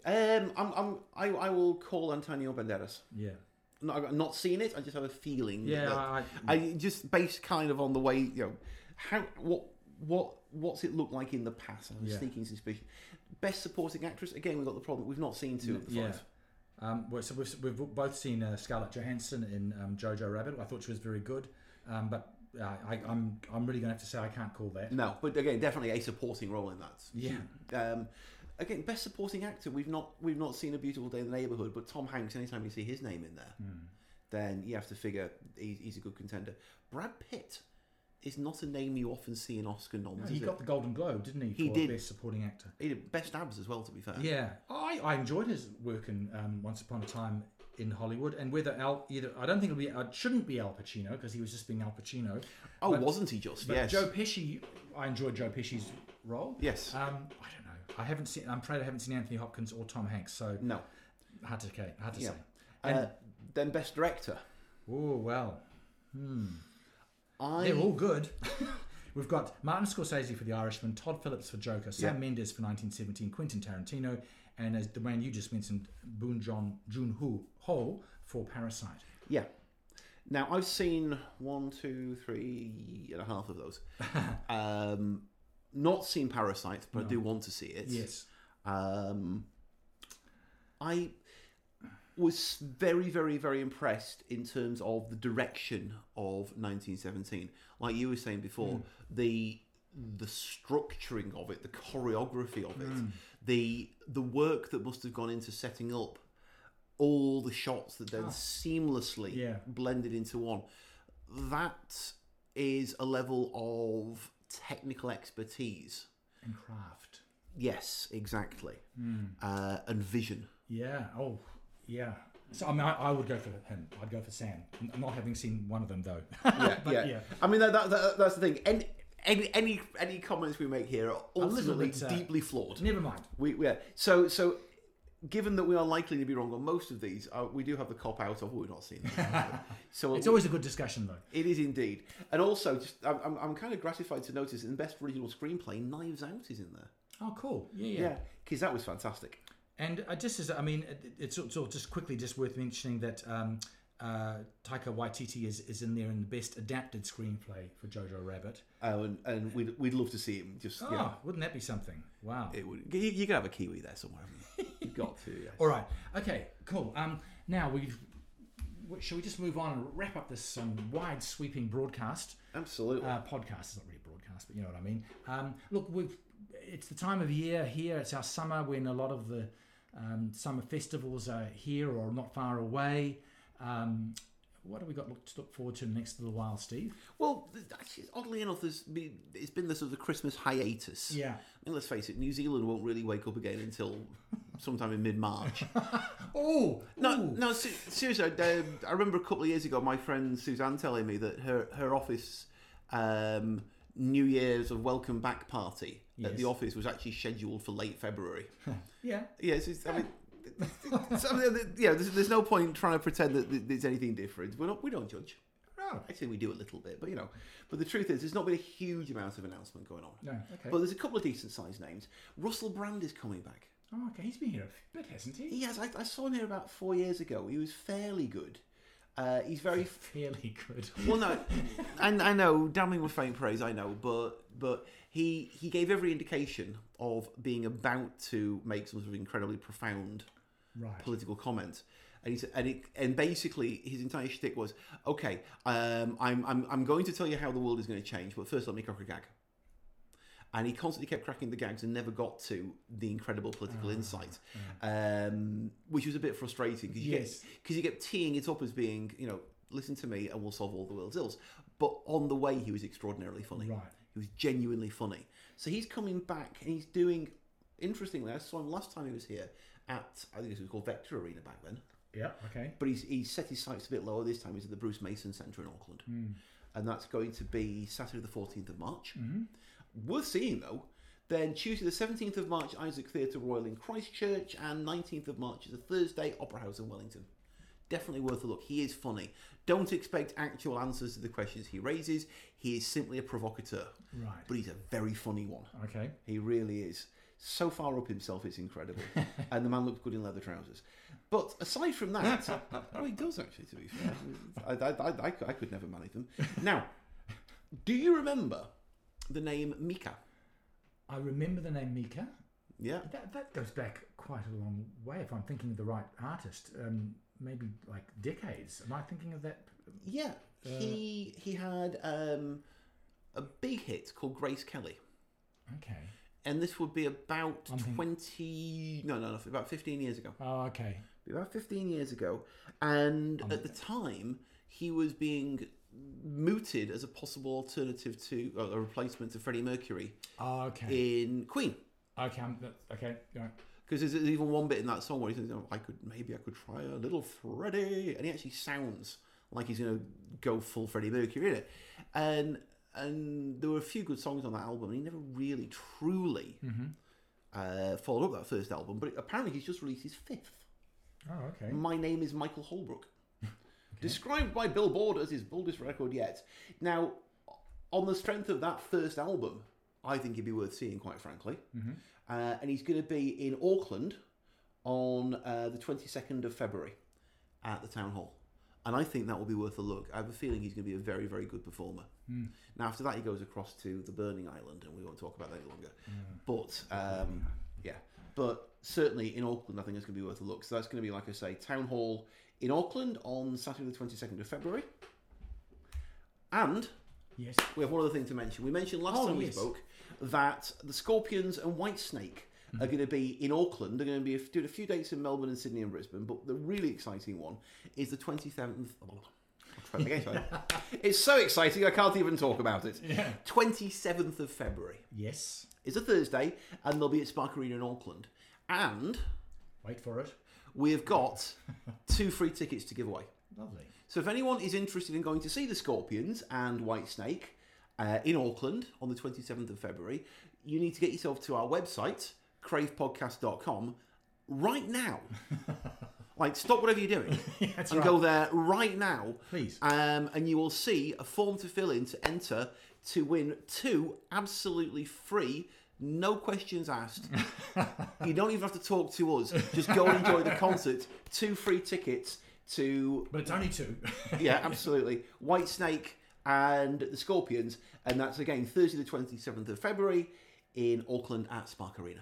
[SPEAKER 1] Um, I'm, I'm, I, I will call Antonio Banderas.
[SPEAKER 2] Yeah.
[SPEAKER 1] No, I've not seen it. I just have a feeling. that-
[SPEAKER 2] Yeah.
[SPEAKER 1] that-
[SPEAKER 2] I, I-
[SPEAKER 1] I just based kind of on the way you know how what what what's it looked like in the past. I have a
[SPEAKER 2] Yeah.
[SPEAKER 1] sneaking suspicion. Best supporting actress again. We've got the problem. We've not seen two of the
[SPEAKER 2] yeah.
[SPEAKER 1] five.
[SPEAKER 2] Um, well, so we've, we've both seen uh, Scarlett Johansson in um, Jojo Rabbit. I thought she was very good, um, but uh, I, I'm I'm really going to have to say I can't call that.
[SPEAKER 1] No, but again, definitely a supporting role in that.
[SPEAKER 2] Yeah.
[SPEAKER 1] Um, again, best supporting actor. We've not we've not seen a beautiful day in the neighborhood, but Tom Hanks. Anytime you see his name in there,
[SPEAKER 2] Hmm.
[SPEAKER 1] then you have to figure he's, he's a good contender. Brad Pitt is not a name you often see in Oscar noms.
[SPEAKER 2] He
[SPEAKER 1] is it?
[SPEAKER 2] got the Golden Globe, didn't he?
[SPEAKER 1] He
[SPEAKER 2] for
[SPEAKER 1] did.
[SPEAKER 2] Best Supporting Actor.
[SPEAKER 1] He did best abs as well. To be fair,
[SPEAKER 2] Yeah, I, I enjoyed his work in um, Once Upon a Time in Hollywood, and whether Al either I don't think it'll be it shouldn't be Al Pacino because he was just being Al Pacino.
[SPEAKER 1] Oh,
[SPEAKER 2] But-
[SPEAKER 1] wasn't he just?
[SPEAKER 2] But
[SPEAKER 1] yes.
[SPEAKER 2] Joe Pesci, I enjoyed Joe Pesci's role.
[SPEAKER 1] Yes.
[SPEAKER 2] Um, I don't know. I haven't seen. I'm afraid I haven't seen Anthony Hopkins or Tom Hanks, so
[SPEAKER 1] no.
[SPEAKER 2] hard to okay, hard to
[SPEAKER 1] Mm. Yeah.
[SPEAKER 2] say. And
[SPEAKER 1] uh, then best director.
[SPEAKER 2] oh well, Hmm.
[SPEAKER 1] I
[SPEAKER 2] they're all good. [LAUGHS] We've got Martin Scorsese for The Irishman, Todd Phillips for Joker, Sam Mendes for 1917, Quentin Tarantino, and as the man you just mentioned, Boon John Jun Ho Ho for Parasite.
[SPEAKER 1] yeah. Now I've seen one, two, three and a half of those. um, not seen Parasite, but I do want to see it.
[SPEAKER 2] Yes.
[SPEAKER 1] Um, I was very, very, very impressed in terms of the direction of 1917. Like you were saying before, the the structuring of it, the choreography of it, the the work that must have gone into setting up all the shots that then seamlessly
[SPEAKER 2] Yeah.
[SPEAKER 1] blended into one. That is a level of technical expertise
[SPEAKER 2] And Craft.
[SPEAKER 1] Yes, exactly.
[SPEAKER 2] Hmm.
[SPEAKER 1] Uh, and vision.
[SPEAKER 2] Yeah. Oh, yeah. So I mean, I, I would go for him. I'd go for Sam. N- Not having seen one of them though. [LAUGHS] Ah, But yeah.
[SPEAKER 1] I mean, that, that, that, that's the thing. Any, any any any comments we make here are
[SPEAKER 2] little
[SPEAKER 1] ultimately
[SPEAKER 2] bit, uh,
[SPEAKER 1] deeply flawed.
[SPEAKER 2] Never mind.
[SPEAKER 1] We yeah. So so, given that we are likely to be wrong on most of these, uh, we do have the cop out of "Oh, we've not seen.
[SPEAKER 2] [LAUGHS]
[SPEAKER 1] That. so
[SPEAKER 2] It's always a good discussion though.
[SPEAKER 1] it is indeed. And also, just I'm, I'm- I'm kind of gratified to notice in best original screenplay, Knives Out is in there.
[SPEAKER 2] Oh, cool. Yeah.
[SPEAKER 1] Yeah, because that was fantastic.
[SPEAKER 2] And uh, just as I mean, it- it's also just quickly just worth mentioning that um, uh, Taika Waititi is, is in there in the best adapted screenplay for Jojo Rabbit.
[SPEAKER 1] Oh, and and we'd, we'd love to see him. Just
[SPEAKER 2] Oh,
[SPEAKER 1] yeah,
[SPEAKER 2] wouldn't that be something? Wow.
[SPEAKER 1] it would. You, you could have a kiwi there somewhere. Haven't you? You've got to. Yeah.
[SPEAKER 2] All right. Okay. Cool. Um, now we've. w- Shall we just move on and wrap up this um, wide sweeping broadcast?
[SPEAKER 1] Absolutely.
[SPEAKER 2] Uh, podcast is not really broadcast, but you know what I mean. Um, look, we've, it's the time of year here. It's our summer when a lot of the um, summer festivals are here or not far away. Um, what have we got look, to look forward to in the next little while, Steve?
[SPEAKER 1] Well, th- actually, oddly enough, there's been, it's been the sort of Christmas hiatus.
[SPEAKER 2] Yeah.
[SPEAKER 1] I mean, let's face it, New Zealand won't really wake up again
[SPEAKER 2] [LAUGHS]
[SPEAKER 1] until sometime in mid March.
[SPEAKER 2] Oh
[SPEAKER 1] No, no, se- seriously, I, um, I remember a couple of years ago my friend Suzanne telling me that her, her office um, New Year's of welcome back party at the
[SPEAKER 2] Yes.
[SPEAKER 1] office was actually scheduled for late February.
[SPEAKER 2] Yeah.
[SPEAKER 1] yes, it's, I mean. [LAUGHS] it's- I mean, th- yeah, there's, there's no point trying to pretend that th- there's anything different. We're not, we don't judge.
[SPEAKER 2] No.
[SPEAKER 1] Actually, we do a little bit, but you know. But the truth is, there's not been a huge amount of announcement going on.
[SPEAKER 2] No. Okay.
[SPEAKER 1] But there's a couple of decent sized names. Russell Brand is coming back.
[SPEAKER 2] oh, okay. He's been here a bit, hasn't he?
[SPEAKER 1] He has. I, I saw him here about four years ago. He was fairly good. Uh, he's very.
[SPEAKER 2] Fairly good.
[SPEAKER 1] [LAUGHS] Well, no, I, I know, damning with faint praise, I know, but but he he gave every indication of being about to make some sort of incredibly profound
[SPEAKER 2] Right.
[SPEAKER 1] political comment. And, he said, and, it, and basically, his entire shtick was, okay, um, I'm, I'm, I'm going to tell you how the world is going to change, but first let me crack a gag. And he constantly kept cracking the gags and never got to the incredible
[SPEAKER 2] Ah,
[SPEAKER 1] political insight, um, which was a bit frustrating because you,
[SPEAKER 2] Yes.
[SPEAKER 1] get because you kept teeing it up as being, you know, listen to me and we'll solve all the world's ills. But on the way, he was extraordinarily funny.
[SPEAKER 2] Right.
[SPEAKER 1] He was genuinely funny. So he's coming back and he's doing. Interestingly, I saw him last time he was here at I think it was called Vector Arena back then.
[SPEAKER 2] Yeah. Okay.
[SPEAKER 1] But he's he's set his sights a bit lower this time. He's at the Bruce Mason Centre in Auckland, and that's going to be Saturday the fourteenth of March. Worth seeing though. Then Tuesday the seventeenth of March, Isaac Theatre Royal in Christchurch, and nineteenth of March is a Thursday, Opera House in Wellington. Definitely worth a look. He is funny. Don't expect actual answers to the questions he raises. He is simply a provocateur,
[SPEAKER 2] Right.
[SPEAKER 1] but he's a very funny one.
[SPEAKER 2] Okay.
[SPEAKER 1] He really is. So far up himself, it's incredible. and the man looks good in leather trousers. But aside from that, oh, he does actually, to be fair. I, I, I, I could- I could never marry them. Now, do you remember the name Mika?
[SPEAKER 2] I remember the name Mika.
[SPEAKER 1] Yeah.
[SPEAKER 2] That, that goes back quite a long way if I'm thinking of the right artist. Um, maybe like decades. Am I thinking of that?
[SPEAKER 1] Yeah. He, he had um, a big hit called Grace Kelly.
[SPEAKER 2] Okay.
[SPEAKER 1] And this would be about
[SPEAKER 2] thinking-
[SPEAKER 1] 20, no, no, no, about 15 years ago.
[SPEAKER 2] Oh, okay.
[SPEAKER 1] about 15 years ago. And at the time, he was being mooted as a possible alternative to or a replacement to Freddie Mercury
[SPEAKER 2] Oh, okay.
[SPEAKER 1] in Queen.
[SPEAKER 2] Okay. I'm, that, okay. Right.
[SPEAKER 1] Because there's even one bit in that song where he says, "Oh, "I could maybe I could try a little Freddie," and he actually sounds like he's going to go full Freddie Mercury in it. And and there were a few good songs on that album, and he never really truly uh, followed up that first album. But apparently, he's just released his fifth.
[SPEAKER 2] Oh, okay.
[SPEAKER 1] My name is Michael Holbrook. Described by Billboard as his boldest record yet. Now, on the strength of that first album, I think he'd be worth seeing, quite frankly. Uh, and he's going to be in Auckland on uh, the 22nd of February at the Town Hall. And I think that will be worth a look. I have a feeling he's going to be a very, very good performer. Now, after that, he goes across to the Burning Island, and we won't talk about that any longer. But um, yeah, but certainly in Auckland, I think it's going to be worth a look. So that's going to be, like I say, Town Hall in Auckland on Saturday, the twenty second of February. And
[SPEAKER 2] Yes.
[SPEAKER 1] we have one other thing to mention. We mentioned last
[SPEAKER 2] Oh,
[SPEAKER 1] time we
[SPEAKER 2] yes.
[SPEAKER 1] spoke that the Scorpions and Whitesnake
[SPEAKER 2] Hmm.
[SPEAKER 1] are going to be in Auckland. They're going to be doing a few dates in Melbourne and Sydney and Brisbane. But the really exciting one is the 27th. oh, I'll try it again, sorry.
[SPEAKER 2] [LAUGHS]
[SPEAKER 1] it's so exciting, I can't even talk about it. 27th of February.
[SPEAKER 2] Yes.
[SPEAKER 1] It's a Thursday, and they'll be at Spark Arena in Auckland. And
[SPEAKER 2] Wait for it.
[SPEAKER 1] we have got two free tickets to give away.
[SPEAKER 2] [LAUGHS] Lovely.
[SPEAKER 1] So if anyone is interested in going to see the Scorpions and Whitesnake uh, in Auckland on the 27th of February, you need to get yourself to our website, cravepodcast.com, right
[SPEAKER 2] [LAUGHS]
[SPEAKER 1] now. like, stop whatever you're doing
[SPEAKER 2] That's
[SPEAKER 1] and
[SPEAKER 2] right.
[SPEAKER 1] go there right now.
[SPEAKER 2] Please.
[SPEAKER 1] Um, and you will see a form to fill in to enter to win two absolutely free, no questions
[SPEAKER 2] [LAUGHS]
[SPEAKER 1] asked. you don't even have to talk to us. Just go and enjoy the concert. Two free tickets to
[SPEAKER 2] But it's only two. [LAUGHS]
[SPEAKER 1] yeah, absolutely. White Snake and the Scorpions, and that's again Thursday the twenty seventh of February in Auckland at Spark Arena.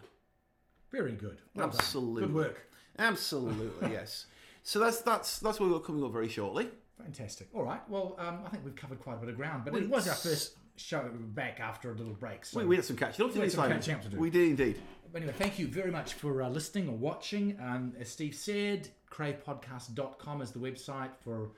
[SPEAKER 2] Very good. Well done.
[SPEAKER 1] Absolutely.
[SPEAKER 2] Good work.
[SPEAKER 1] [LAUGHS] Absolutely, yes. So that's that's that's what we've got coming up very shortly.
[SPEAKER 2] Fantastic. All right. Well, um, I think we've covered quite a bit of ground, but it was our first show back after a little break. So
[SPEAKER 1] We, we had some catching up to do,
[SPEAKER 2] We had some
[SPEAKER 1] Simon.
[SPEAKER 2] catching up to do.
[SPEAKER 1] We did indeed.
[SPEAKER 2] anyway, thank you very much for uh, listening or watching. Um, as Steve said, cravepodcast.com is the website for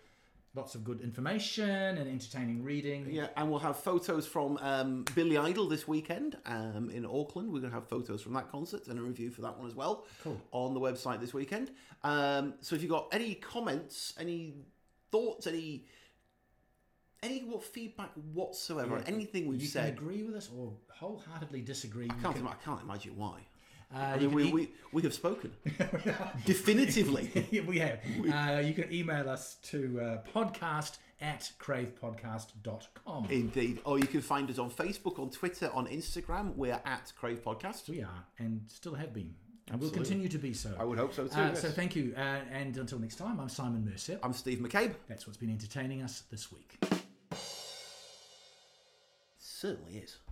[SPEAKER 2] lots of good information and entertaining reading.
[SPEAKER 1] Yeah, and we'll have photos from um, Billy Idol this weekend um, in Auckland. We're going to have photos from that concert and a review for that one as well
[SPEAKER 2] Cool.
[SPEAKER 1] on the website this weekend. Um, so if you've got any comments, any thoughts, any any what feedback whatsoever, on anything we've
[SPEAKER 2] You can
[SPEAKER 1] said,
[SPEAKER 2] agree with us or wholeheartedly disagree.
[SPEAKER 1] I
[SPEAKER 2] You
[SPEAKER 1] can't,
[SPEAKER 2] can-
[SPEAKER 1] I can't imagine why.
[SPEAKER 2] uh,
[SPEAKER 1] I
[SPEAKER 2] you
[SPEAKER 1] mean,
[SPEAKER 2] can
[SPEAKER 1] we,
[SPEAKER 2] e-
[SPEAKER 1] we, we have
[SPEAKER 2] [LAUGHS]
[SPEAKER 1] spoken definitively.
[SPEAKER 2] Yeah, e- [LAUGHS]
[SPEAKER 1] [LAUGHS]
[SPEAKER 2] we have. Uh, you can email us to uh, podcast at cravepodcast.com.
[SPEAKER 1] Indeed. Or you can find us on Facebook, on Twitter, on Instagram. We're at Crave Podcast.
[SPEAKER 2] We are and still have been. And
[SPEAKER 1] Absolutely.
[SPEAKER 2] will continue to be so.
[SPEAKER 1] I would hope so too.
[SPEAKER 2] Uh,
[SPEAKER 1] yes.
[SPEAKER 2] So thank you. Uh, and until next time, I'm Simon Mercer.
[SPEAKER 1] I'm Steve McCabe.
[SPEAKER 2] That's what's been entertaining us this week.
[SPEAKER 1] Certainly is.